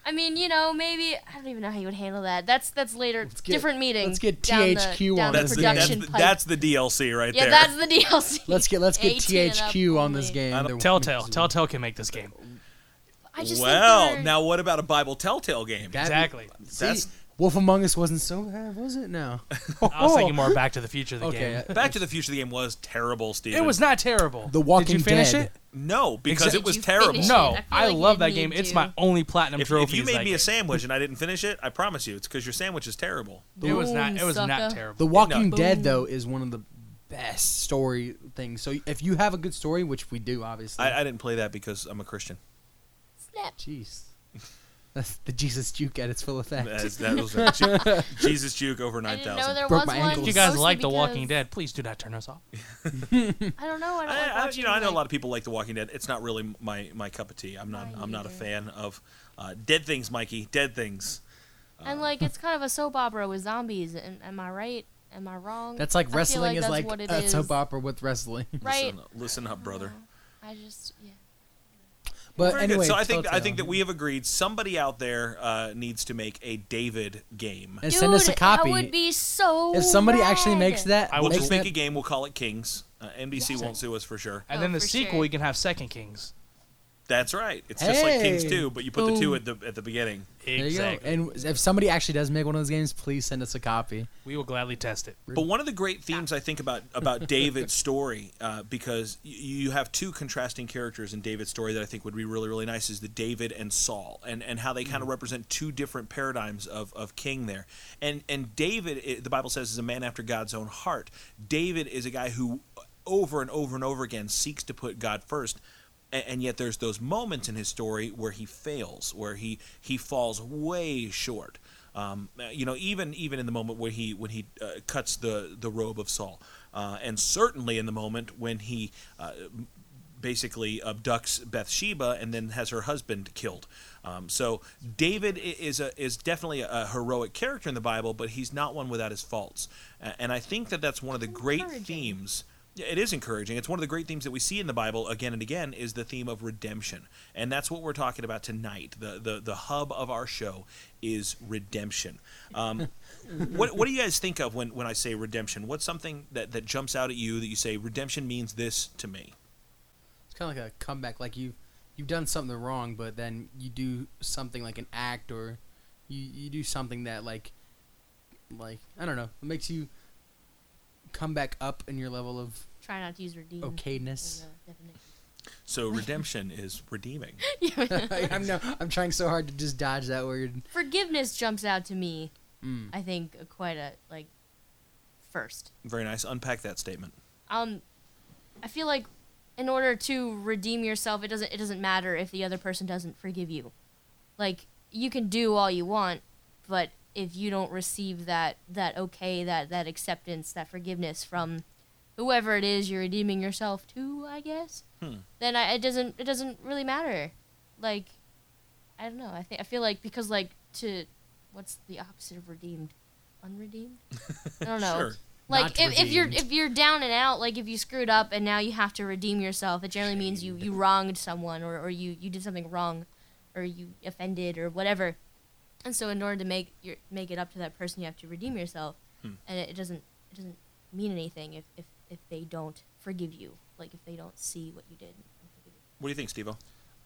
D: I mean, you know, maybe I don't even know how you would handle that. That's that's later,
E: get-
D: different meeting.
E: let's get
D: down the-
E: THQ
D: down
E: on
D: the
B: That's the,
E: this game.
B: that's,
D: production
B: the,
D: pipe.
B: that's the DLC right
D: yeah,
B: there.
D: that's the DLC.
E: Let's get let's get
D: 18 and up
E: THQ on this
D: only.
E: game.
B: I don't-
E: They're-
C: Telltale. Telltale can make this game.
D: I just think
B: well,
D: they're-
B: now what about a Bible Telltale game?
E: That'd be-
C: Exactly.
B: That's-
E: See, Wolf Among Us wasn't so bad, was
B: [laughs]
E: it? Now
C: I was thinking more Back to the Future, the
E: Oh. Okay.
C: game.
B: Back to the Future. The game was terrible, Steven.
C: It was not terrible.
E: [laughs] The Walking
C: Did you finish
E: Dead.
B: no because
C: Exact-
B: it was
D: Did you
B: terrible.
C: it?
D: finish
C: No,
D: Shit, I feel
C: I
D: like
C: love
D: you
C: that
D: need
C: game. It's
D: to.
C: my only platinum
B: If,
C: trophy.
B: if you made
C: that
B: me
C: game.
B: a sandwich and I didn't finish it, I promise you, it's because your sandwich is terrible.
C: it was not.
D: Boom,
C: It was not
D: sucker.
E: The
C: terrible.
E: Walking
D: No. Boom.
E: Dead though is one of the best story things. So if you have a good story, which we do, obviously.
B: I, I didn't play that because I'm a Christian.
D: Snap.
E: Jeez, that's the Jesus juke at its full effect.
B: That is- that
C: [laughs]
B: was a Ju- Jesus Juke over
D: I
B: nine
D: didn't know
B: thousand.
D: there was
E: Broke my
D: one.
E: ankles.
C: If you guys
D: mostly
C: like The Walking
D: because-
C: Dead, please do not turn us
D: [laughs]
C: off.
D: I don't know. I don't
B: I,
D: like
B: I,
D: watching
B: you know, I know a
D: like-
B: lot of people like The Walking Dead. It's not really my, my cup of tea. I'm not
D: Mine
B: I'm not a
D: either.
B: fan of uh, dead things, Mikey. Dead things. uh,
D: And like, it's kind of a soap opera with zombies. And am I right? Am I wrong?
E: That's like
D: I feel
E: wrestling
D: like
E: is
D: that's
E: like
D: what it
E: a
D: is.
E: soap opera with
B: [laughs]
E: wrestling.
D: Right.
B: Listen, listen up, brother.
D: I just yeah.
E: But
B: Very good.
E: anyway,
B: so I think I
E: Telltale.
B: think that we have agreed. Somebody out there uh, needs to make a David game.
E: and send us a
D: Dude,
E: copy.
D: That would be so.
E: if somebody
D: rad.
E: actually makes that,
C: I
B: We'll
E: make
B: just make
E: that-
B: a game. We'll call it Kings. Uh, NBC won't sue us for sure.
C: And
D: Oh,
C: then the
D: for
C: sequel,
D: sure.
C: we can have Second Kings.
B: That's right. It's just like Kings
E: Hey.
B: Two, but you put the two at the at the beginning.
E: There you
C: Exactly.
E: go. And if somebody actually does make one of those games, please send us a copy.
C: We will gladly test it.
B: But one of the great themes I think about about David's story, uh, because y- you have two contrasting characters in David's story that I think would be really really nice, is the David and Saul, and and how they kind of represent two different paradigms of, of king there. And and David, i the Bible says, is a man after God's own heart. David is a guy who, over and over and over again, seeks to put God first. A- and yet there's those moments in his story where he fails, where he he falls way short. Um, uh, you know, even even in the moment where he when he uh, cuts the the robe of Saul, uh, and certainly in the moment when he uh, basically abducts Bathsheba and then has her husband killed. Um, so David i- is a is definitely a heroic character in the Bible, but he's not one without his faults. A- And I think that that's one of the great
D: Encouraging.
B: themes. Yeah, It is encouraging. It's one of the great themes that we see in the Bible again and again is the theme of redemption, and that's what we're talking about tonight. the the The hub of our show is redemption.
D: [laughs]
B: Um, what What do you guys think of when, when I say redemption? What's something that, that jumps out at you that you say redemption means this to me?
E: It's kind of like a comeback. Like you, you've done something wrong, but then you do something like an act, or you you do something that like, like I don't know, it makes you come back up in your level of [laughs]
D: Try not to use redeem.
E: okayness.
D: in the definition. [laughs]
B: So redemption is redeeming.
E: I'm no, I'm trying so hard to just dodge that word.
D: Forgiveness jumps out to me.
E: Mm.
D: I think uh, quite a like first.
B: Very nice. Unpack that statement.
D: um I feel like in order to redeem yourself it doesn't it doesn't matter if the other person doesn't forgive you. Like you can do all you want, but if you don't receive that that okay, that that acceptance, that forgiveness from whoever it is you're redeeming yourself to, I guess,
B: Hmm.
D: then I, it doesn't it doesn't really matter. Like I don't know. I think I feel like because like to what's the opposite of redeemed?
B: [laughs]
D: Unredeemed? I don't know
B: Sure.
D: like
E: Not
D: if, if you're
E: redeemed.
D: if you're down and out like if you screwed up and now you have to redeem yourself it generally means you you wronged someone or, or you you did something wrong or you offended or whatever and so in order to make your make it up to that person you have to redeem yourself and it, it doesn't it doesn't mean anything if, if if they don't forgive you like if they don't see what you did and forgive you.
B: What do you think, Steve?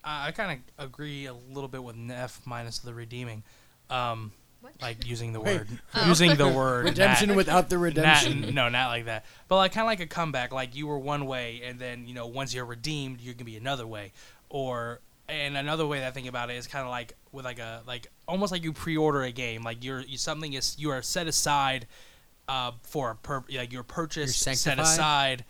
C: I, I kind of agree a little bit with Neff minus the redeeming, um,
D: What? Oh.
C: like using the
D: [laughs]
E: Wait.
C: word, using the word
E: Redemption
C: not-
E: without the
C: not-
E: redemption.
C: no, not like that. But like kind of like a comeback. Like you were one way, and then you know once you're redeemed, you can be another way. Or and another way that I think about it is kind of like with like a like almost like you pre-order a game. Like you're you, something is you are set aside uh, for a pur- like your purchase
E: You're
C: set
E: sanctified?
C: aside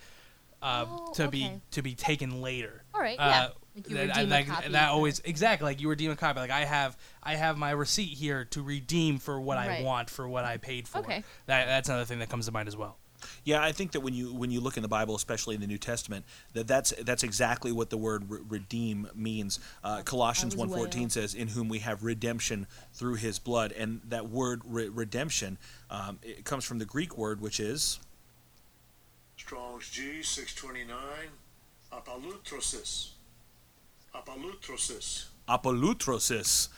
C: uh,
D: Oh,
C: to be
D: okay.
C: to be taken later.
D: all right yeah
C: Uh,
D: like you
C: that-
D: redeem
C: I-
D: a
C: like,
D: copy
C: that
D: of
C: always exactly like you redeem a copy. Like I have, I have my receipt here to redeem for what
D: Right.
C: I want for what I paid for.
D: Okay.
C: That, that's another thing that comes to mind as well.
B: Yeah, I think that when you when you look in the Bible, especially in the New Testament, that that's that's exactly what the word re- redeem means. Uh, Colossians
D: I was way
B: 1.14
D: off.
B: says, "In whom we have redemption through His blood," and that word re- redemption um, it comes from the Greek word, which is
F: Strong's G 629, apolutrosis. Apolutrosis.
B: apolutrosis,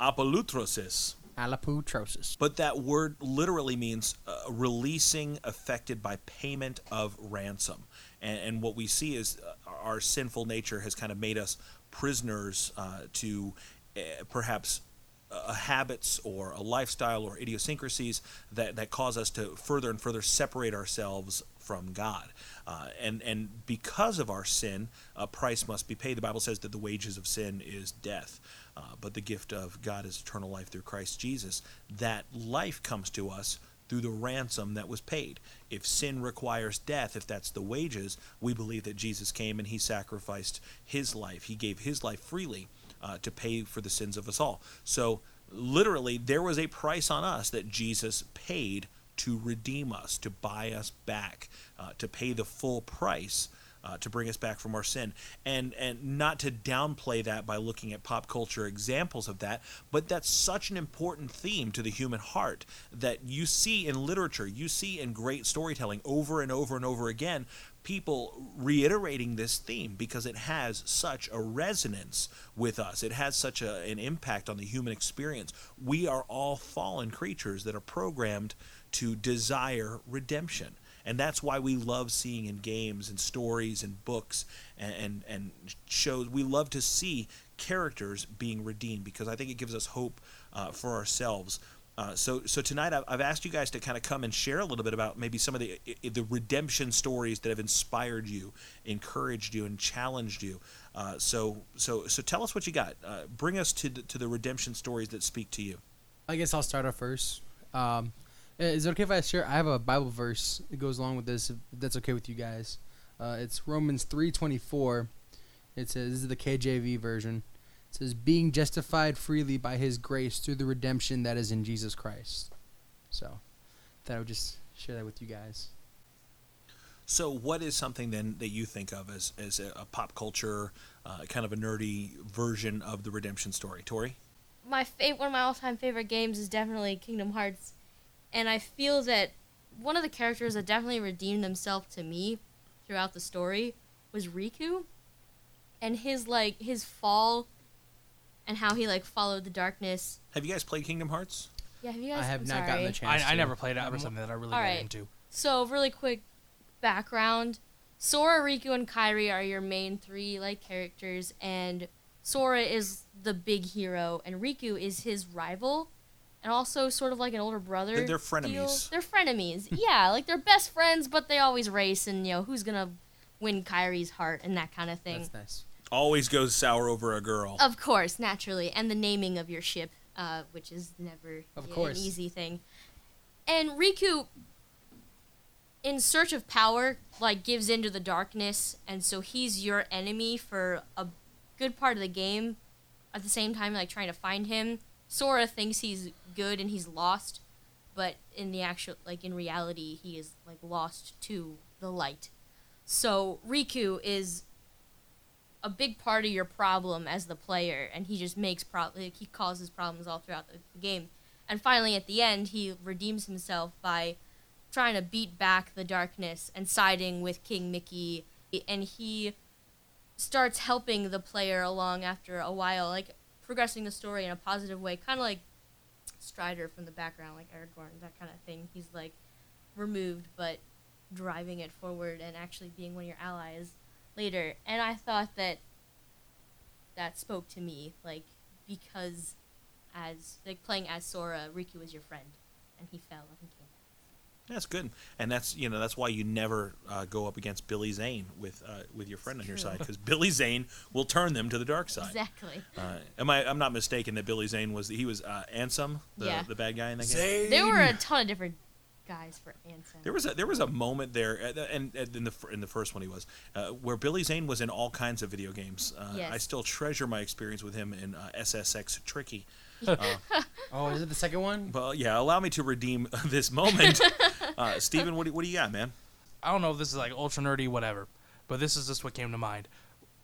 B: apolutrosis.
E: Alaputrosis.
B: But that word literally means uh, releasing affected by payment of ransom. And, and what we see is uh, our sinful nature has kind of made us prisoners uh, to uh, perhaps uh, habits or a lifestyle or idiosyncrasies that, that cause us to further and further separate ourselves from God. Uh, and, and because of our sin, a price must be paid. The Bible says that the wages of sin is death, uh, but the gift of God is eternal life through Christ Jesus. That life comes to us through the ransom that was paid. If sin requires death, if that's the wages, we believe that Jesus came and he sacrificed his life. He gave his life freely uh, to pay for the sins of us all. So, literally, there was a price on us that Jesus paid to redeem us, to buy us back, uh, to pay the full price. Uh, to bring us back from our sin, and and not to downplay that by looking at pop culture examples of that, but that's such an important theme to the human heart that you see in literature, you see in great storytelling over and over and over again, people reiterating this theme because it has such a resonance with us. It has such a, an impact on the human experience. We are all fallen creatures that are programmed to desire redemption. And that's why we love seeing in games and stories and books and, and, and shows. We love to see characters being redeemed because I think it gives us hope uh, for ourselves. Uh, so, so tonight I've, I've asked you guys to kind of come and share a little bit about maybe some of the i- the redemption stories that have inspired you, encouraged you, and challenged you. Uh, so, so, so tell us what you got. Uh, bring us to the, to the redemption stories that speak to you.
E: I guess I'll start off first. Um, uh, is it okay if I share? I have a Bible verse that goes along with this. If that's okay with you guys, uh, it's Romans three twenty four. It says this is the KJV version. It says being justified freely by His grace through the redemption that is in Jesus Christ. So, that I would just share that with you guys.
B: So, what is something then that you think of as, as a, a pop culture, uh, kind of a nerdy version of the redemption story? Tori?
D: my favorite one of my all-time favorite games is definitely Kingdom Hearts, and I feel that one of the characters that definitely redeemed themselves to me throughout the story was Riku, and his like his fall, and how he like followed the darkness.
B: Have you guys played Kingdom Hearts?
D: Yeah, have you guys?
E: I have
D: I'm
E: not gotten
D: sorry.
E: the chance.
C: I, I
E: to.
C: never played it. That was something that I really
D: All
C: got
D: right.
C: into.
D: So, really quick background Sora, Riku, and Kairi are your main three like characters, and Sora is the big hero, and Riku is his rival, and also sort of like an older brother.
B: They're- they're
D: deal.
B: frenemies.
D: They're frenemies. [laughs] yeah, like they're best friends, but they always race, and you know who's gonna win Kairi's heart and that kind of thing.
E: That's nice.
B: Always goes sour over a girl.
D: Of course, naturally, and the naming of your ship, uh, which is never
E: Of
D: an
E: course.
D: easy thing. And Riku, in search of power, like gives into the darkness, and so he's your enemy for a good part of the game. At the same time, like trying to find him, Sora thinks he's good and he's lost, but in the actual, like in reality, he is like lost to the light. So Riku is a big part of your problem as the player, and he just makes pro- like, he causes problems all throughout the, the game. And finally, at the end, he redeems himself by trying to beat back the darkness and siding with King Mickey, and he starts helping the player along after a while, like progressing the story in a positive way, kind of like Strider from the background, like Aragorn, that kind of thing. He's like removed, but driving it forward and actually being one of your allies later and i thought that that spoke to me like because as like playing as sora riku was your friend and he fell and he came back
B: That's good, and that's you know that's why you never uh, go up against Billy Zane with uh, with your friend on your
D: True.
B: side because Billy Zane will turn them to the dark side.
D: exactly
B: Uh, am I? I'm not mistaken that Billy Zane was he was uh, Ansem, the,
D: Yeah.
B: the bad guy in that game.
E: Zane.
D: there were a ton of different guys for ansem
B: There was a there was a moment there, uh, and, and in the fir- in the first one he was, uh, where Billy Zane was in all kinds of video games. Uh,
D: Yes.
B: I still treasure my experience with him in uh, SSX Tricky.
E: Oh, is it the
D: [laughs]
E: second one?
B: Well, yeah, allow me to redeem [laughs] this moment, uh, Steven, What do, what do you got, man?
C: I don't know if this is like ultra nerdy, whatever, but this is just what came to mind.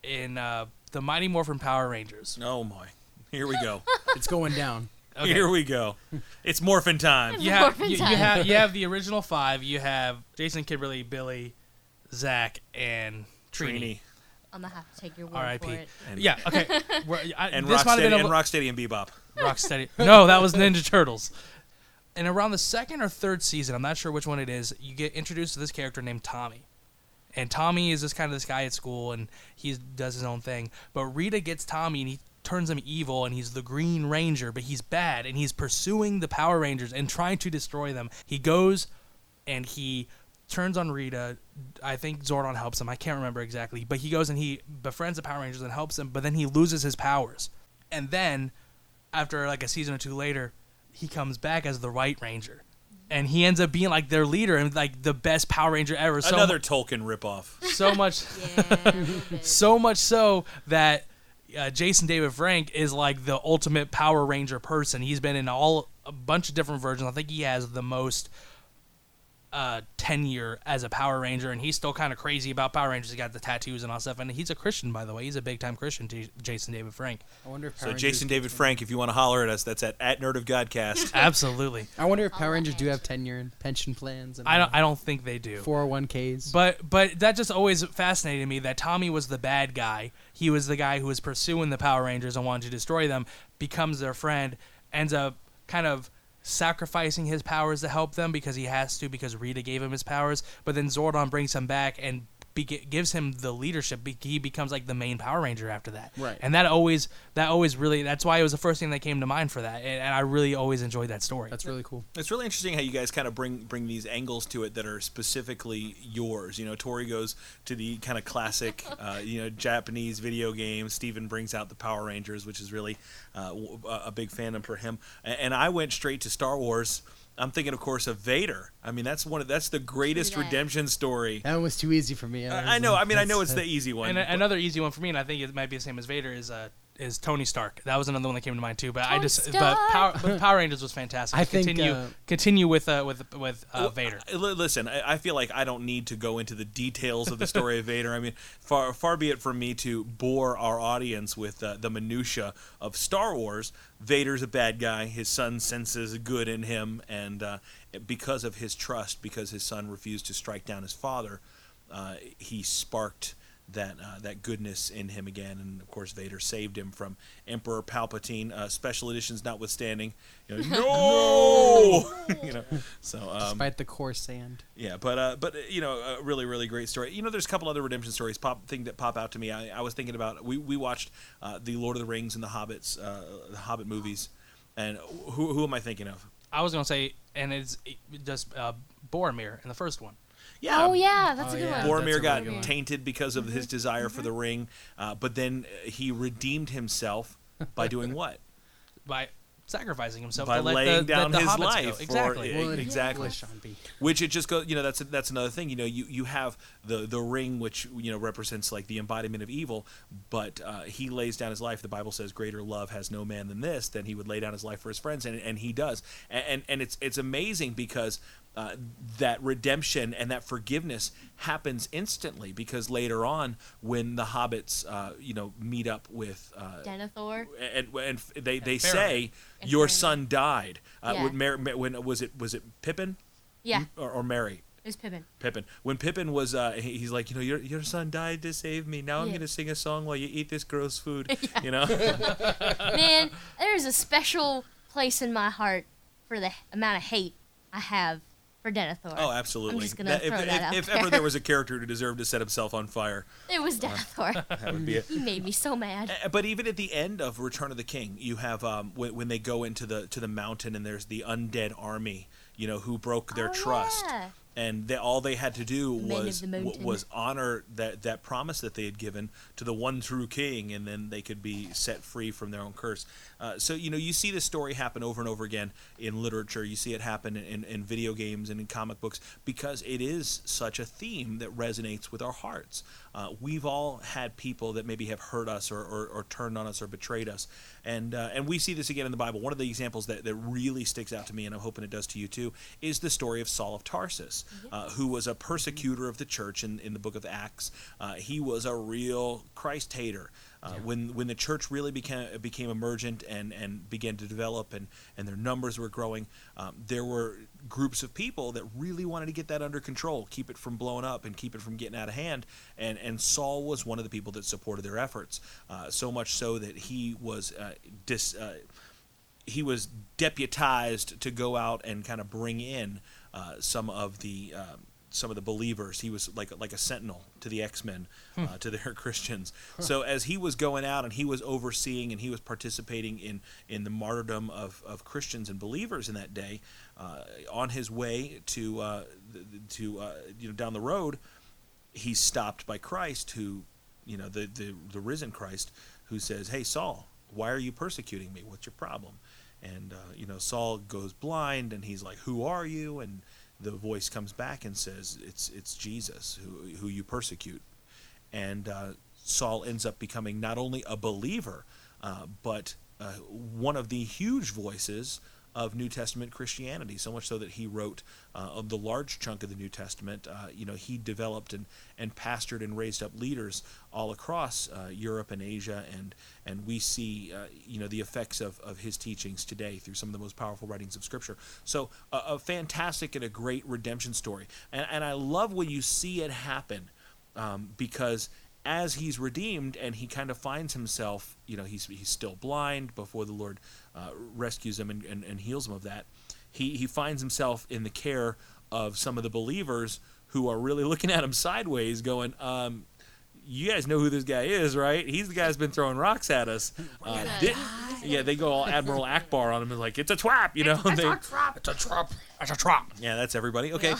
C: In uh, the Mighty Morphin Power Rangers,
B: Oh my, here we go,
E: It's going down.
C: Okay.
B: here we go. It's morphin time.
C: you have,
D: Morphin
C: you, you
D: time.
C: have you have the original five. You have Jason Kimberly, Billy, Zach, and Trini.
B: Trini
D: i'm gonna have to take your word for
C: R.I.P.
D: it
B: And-
C: Yeah.
D: [laughs]
C: Okay. We're- I-
B: and
C: this might have been
B: Rocksteady
C: a-
B: and Rocksteady and Bebop. [laughs]
C: Rocksteady. No, that was Ninja Turtles. And around the second or third season, I'm not sure which one it is, you get introduced to this character named Tommy. And Tommy is this kind of this guy at school, and he does his own thing. But Rita gets Tommy, and he turns him evil, and he's the Green Ranger, but he's bad, and he's pursuing the Power Rangers and trying to destroy them. He goes, and he turns on Rita. I think Zordon helps him. I can't remember exactly, but he goes and he befriends the Power Rangers and helps them. But then he loses his powers, and then after like a season or two later, he comes back as the White Ranger, and he ends up being like their leader and like the best Power Ranger ever. So
B: Another Tolkien ripoff.
C: so much
D: yeah a little
C: [laughs]
D: bit.
C: so much so that uh, Jason David Frank is like the ultimate Power Ranger person. He's been in all a bunch of different versions. I think he has the most uh, tenure as a Power Ranger, and he's still kind of crazy about Power Rangers. He got the tattoos and all stuff, and he's a Christian, by the way. He's a big time Christian, J- Jason David Frank.
E: I wonder if
B: So
E: Power Rangers-
B: Jason David Frank, if you want to holler at us, that's at, at Nerd of Godcast.
C: Absolutely.
E: I wonder if
D: I'll
E: Power Rangers do
D: let-
E: have tenure and pension plans. And
C: I don't. I don't think they do.
E: 401ks.
C: But but that just always fascinated me that Tommy was the bad guy. He was the guy who was pursuing the Power Rangers and wanted to destroy them, becomes their friend, ends up kind of sacrificing his powers to help them because he has to because Rita gave him his powers, but then Zordon brings him back and be- gives him the leadership. Be- he becomes like the main Power Ranger after that.
E: Right.
C: And that always that always really that's why it was the first thing that came to mind for that. And, and I really always enjoyed that story.
E: That's really cool.
B: It's really interesting how you guys kind of bring bring these angles to it that are specifically yours. You know, Tori goes to the kind of classic, uh, you know, Japanese video game. Steven brings out the Power Rangers, which is really uh, w- a a big fandom for him. A- And I went straight to Star Wars. I'm thinking, of course, of Vader. I mean, that's one of that's the greatest
D: that.
B: redemption story.
E: That one was too easy for me.
B: I I know. I mean, I know it's the
E: the.
B: easy one.
C: And a- another easy one for me, and I think it might be the same as Vader, is uh, is Tony Stark. That was another one that came to mind too. But I
D: Tony
C: just
D: Stark!
B: [laughs]
C: but Power, but Power Rangers was fantastic.
E: I think,
C: continue
E: uh,
C: continue with uh, with with uh, Vader.
B: I- li- listen, I, I feel like I don't need to go into the details of the story of Vader. I mean, far far be it from me to bore our audience with uh, the minutia of Star Wars. Vader's a bad guy. His son senses good in him, and uh, because of his trust, because his son refused to strike down his father, uh, he sparked. That, uh, that goodness in him again, and of course Vader saved him from Emperor Palpatine. Uh, special editions notwithstanding,
C: [laughs]
B: you know, no, [laughs] you know. So um,
E: Despite the core sand.
B: yeah, but uh, but uh, you know, a really really great story. You know, there's a couple other redemption stories pop thing that pop out to me. I, I was thinking about we we watched uh, the Lord of the Rings and the Hobbits, uh, the Hobbit movies, and who who am I thinking of?
C: I was gonna say, and it's it just uh, Boromir in the first one.
B: Yeah,
D: oh yeah, that's
E: Oh,
D: a good
E: yeah.
D: one.
E: Or- that's a
B: Boromir got
E: really good one.
B: tainted because of his desire for the ring, uh, but then uh, he redeemed himself by doing what?
C: by sacrificing himself
B: By
C: to let
B: laying
C: the,
B: down
C: let the
B: his
C: hobbits
B: life
C: go.
B: for-
C: Exactly.
B: yeah.
E: it-
B: Exactly.
E: well, Sean B. [laughs]
B: which it just goes you know that's that's another thing you know you you have the the ring which you know represents like the embodiment of evil but uh, he lays down his life the bible says greater love has no man than this then he would lay down his life for his friends and and he does and and, and it's it's amazing because uh, that redemption and that forgiveness happens instantly because later on when the hobbits uh, you know meet up with uh,
D: Denethor.
E: Mm.
B: and and f- they they
C: Faramir.
B: say
D: And
B: your
D: Faramir.
B: son died uh,
D: Yeah.
B: when, Mar- Mar- when was it was it Pippin
D: Yeah,
B: or, or Mary
D: it's Pippin.
B: Pippin. When Pippin was, uh, he- he's like, you know, your your son died to save me. Now I'm
D: Yeah.
B: gonna sing a song while you eat this gross food.
D: [laughs]
B: You know,
D: Man, there's a special place in my heart for the amount of hate I have for Denethor.
B: oh, absolutely.
D: I'm just gonna
B: That- if,
D: throw
B: if,
D: that out
B: if
D: there.
B: ever there was a character who deserved to set himself on fire,
D: [laughs] It was Denethor. [laughs]
B: that would be it.
D: he made me so mad.
B: Uh, But even at the end of Return of the King, you have um, when, when they go into the to the mountain and there's the undead army, you know, who broke their
D: Oh,
B: trust,
D: yeah.
B: and they, all they had to do
D: men of
B: was
D: the
B: wa-
D: mountain.
B: was honor that that promise that they had given to the one true King, and then they could be set free from their own curse. Uh, so you know, you see this story happen over and over again in literature. You see it happen in, in video games and in comic books because it is such a theme that resonates with our hearts. Uh, we've all had people that maybe have hurt us or, or, or turned on us or betrayed us. And uh, and we see this again in the Bible. One of the examples that, that really sticks out to me, and I'm hoping it does to you too, is the story of Saul of Tarsus, uh, who was a persecutor of the church in, in the book of Acts. Uh, he was a real Christ hater. Uh, When when the church really became became emergent and, and began to develop and, and their numbers were growing, um, there were groups of people that really wanted to get that under control, keep it from blowing up and keep it from getting out of hand. And and Saul was one of the people that supported their efforts, uh, so much so that he was uh, dis. Uh, he was deputized to go out and kind of bring in uh, some of the um, some of the believers. He was like like a sentinel to the X Men, uh, to their [laughs] Christians. So as he was going out and he was overseeing and he was participating in in the martyrdom of, of Christians and believers in that day, uh, on his way to uh, th- th- to uh, you know down the road, he's stopped by Christ, who, you know, the, the, the risen Christ, who says, Hey, Saul, why are you persecuting me? What's your problem? And, uh, you know, Saul goes blind and he's like, Who are you? And the voice comes back and says, It's, it's Jesus who, who you persecute. And uh, Saul ends up becoming not only a believer, uh, but uh, one of the huge voices of New Testament Christianity, so much so that he wrote uh, of the large chunk of the New Testament. Uh, you know, he developed and, and pastored and raised up leaders all across uh, Europe and Asia, and and we see uh, you know the effects of, of his teachings today through some of the most powerful writings of Scripture. So a, a fantastic and a great redemption story, and and I love when you see it happen um, because as he's redeemed and he kind of finds himself, you know, he's, he's still blind before the Lord uh, rescues him and, and, and heals him of that. He, he finds himself in the care of some of the believers who are really [laughs] looking at him sideways, going, um, you guys know who this guy is, right? He's the guy who's been throwing rocks at us. Uh, di- yeah, they go all Admiral Akbar on him and like, it's a trap, you know? It's, a trap. It's a trap.
C: That's a trap.
B: Yeah, that's everybody. Okay.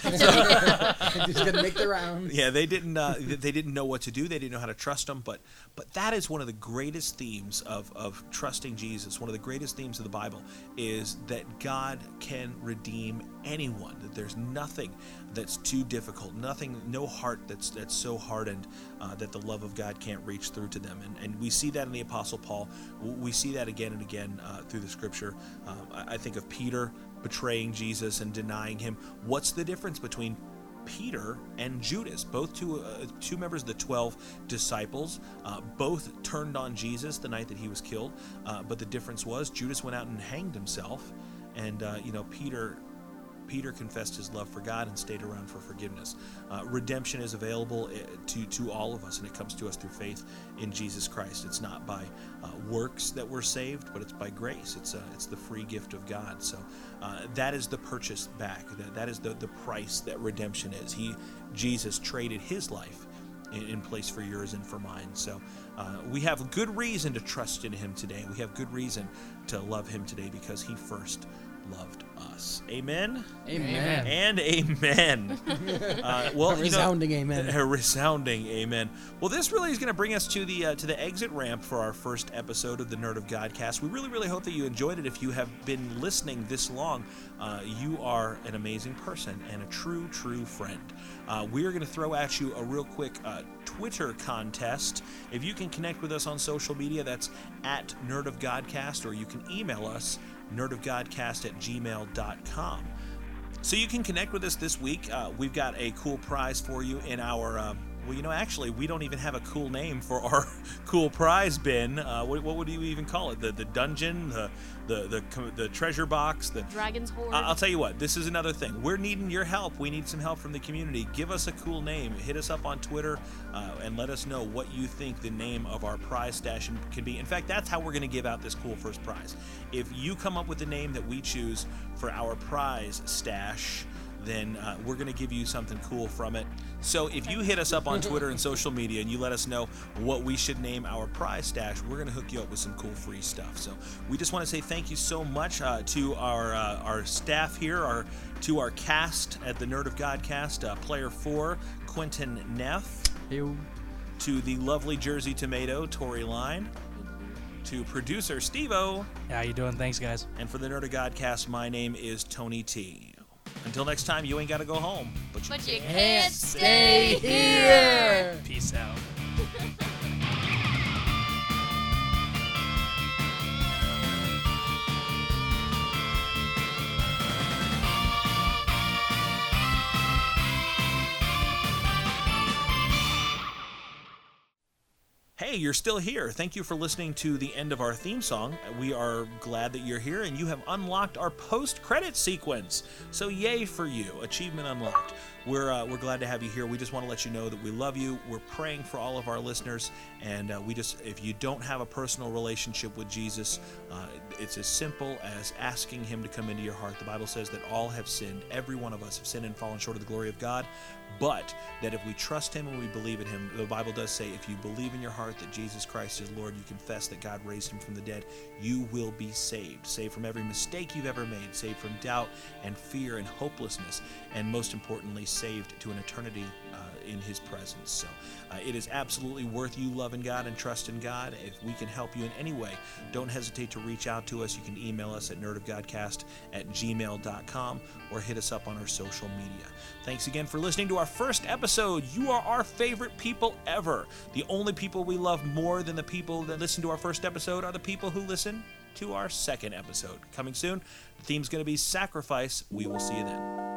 E: Just gonna make the
B: [laughs]
E: rounds.
B: Yeah, they didn't. Uh, th- they didn't know what to do. They didn't know how to trust him. But but that is one of the greatest themes of of trusting Jesus. One of the greatest themes of the Bible is that God can redeem anyone. That there's nothing that's too difficult. Nothing. No heart that's that's so hardened uh, that the love of God can't reach through to them. And and we see that in the Apostle Paul. W- We see that again and again uh, through the Scripture. Um, I, I think of Peter betraying Jesus and denying him. What's the difference between Peter and Judas, both two uh, two members of the twelve disciples, uh, both turned on Jesus the night that he was killed. Uh, but the difference was Judas went out and hanged himself, and uh, you know Peter Peter confessed his love for God and stayed around for forgiveness. Uh, redemption is available uh, to, to all of us, and it comes to us through faith in Jesus Christ. It's not by uh, works that we're saved, but it's by grace. It's, uh, it's the free gift of God. So uh, that is the purchase back. That, that is the, the price that redemption is. He, Jesus, traded his life in, in place for yours and for mine. So uh, we have good reason to trust in him today. We have good reason to love him today because he first loved us. Amen.
E: Amen.
B: And amen. Uh, well,
E: A
B: you know-
E: resounding amen.
B: A [laughs] resounding amen. Well, this really is going to bring us to the uh, to the exit ramp for our first episode of the Nerd of Godcast. We really, really hope that you enjoyed it. If you have been listening this long, uh, you are an amazing person and a true, true friend. Uh, we are going to throw at you a real quick uh, Twitter contest. If you can connect with us on social media, that's at Nerd of Godcast, or you can email us nerdofgodcast at gmail.com. So you can connect with us this week. Uh, we've got a cool prize for you in our. Uh, well, you know, actually, we don't even have a cool name for our [laughs] cool prize bin. Uh, what, what would you even call it? The the dungeon, the the the, co- the treasure box, the
D: Dragon's Horde.
B: I- I'll tell you what, this is another thing. We're needing your help. We need some help from the community. Give us a cool name. Hit us up on Twitter uh, and let us know what you think the name of our prize stash can be. In fact, that's how we're going to give out this cool first prize. If you come up with the name that we choose for our prize stash, then uh, we're going to give you something cool from it. So if you hit us up on Twitter and social media and you let us know what we should name our prize stash, we're going to hook you up with some cool free stuff. So we just want to say thank you so much uh, to our uh, our staff here, our to our cast at the Nerd of God cast, uh, player four, Quentin Neff,
E: Ew.
B: to the lovely Jersey Tomato, Tori Line, to producer Stevo,
C: How you doing? Thanks, guys.
B: and for the Nerd of God cast, my name is Tony T. Until next time, you ain't got to go home, but you
D: but you
E: Can't
D: can't stay here.
C: Peace out.
B: Hey, you're still here. Thank you for listening to the end of our theme song. We are glad that you're here and you have unlocked our post-credit sequence. So yay for you. Achievement unlocked. We're uh, we're glad to have you here. We just want to let you know that we love you. We're praying for all of our listeners and uh, we just if you don't have a personal relationship with Jesus, uh, it's as simple as asking him to come into your heart. The Bible says that all have sinned. Every one of us have sinned and fallen short of the glory of God, but that if we trust him and we believe in him, the Bible does say if you believe in your heart that Jesus Christ is Lord, you confess that God raised him from the dead, you will be saved. Saved from every mistake you've ever made, saved from doubt and fear and hopelessness, and most importantly, saved to an eternity uh, in his presence. So uh, it is absolutely worth you loving God and trusting God. If we can help you in any way, don't hesitate to reach out to us. You can email us at nerdofgodcast at gmail.com or hit us up on our social media. Thanks again for listening to our first episode. You are our favorite people ever. The only people we love more than the people that listen to our first episode are the people who listen to our second episode. Coming soon, the theme's going to be sacrifice. We will see you then.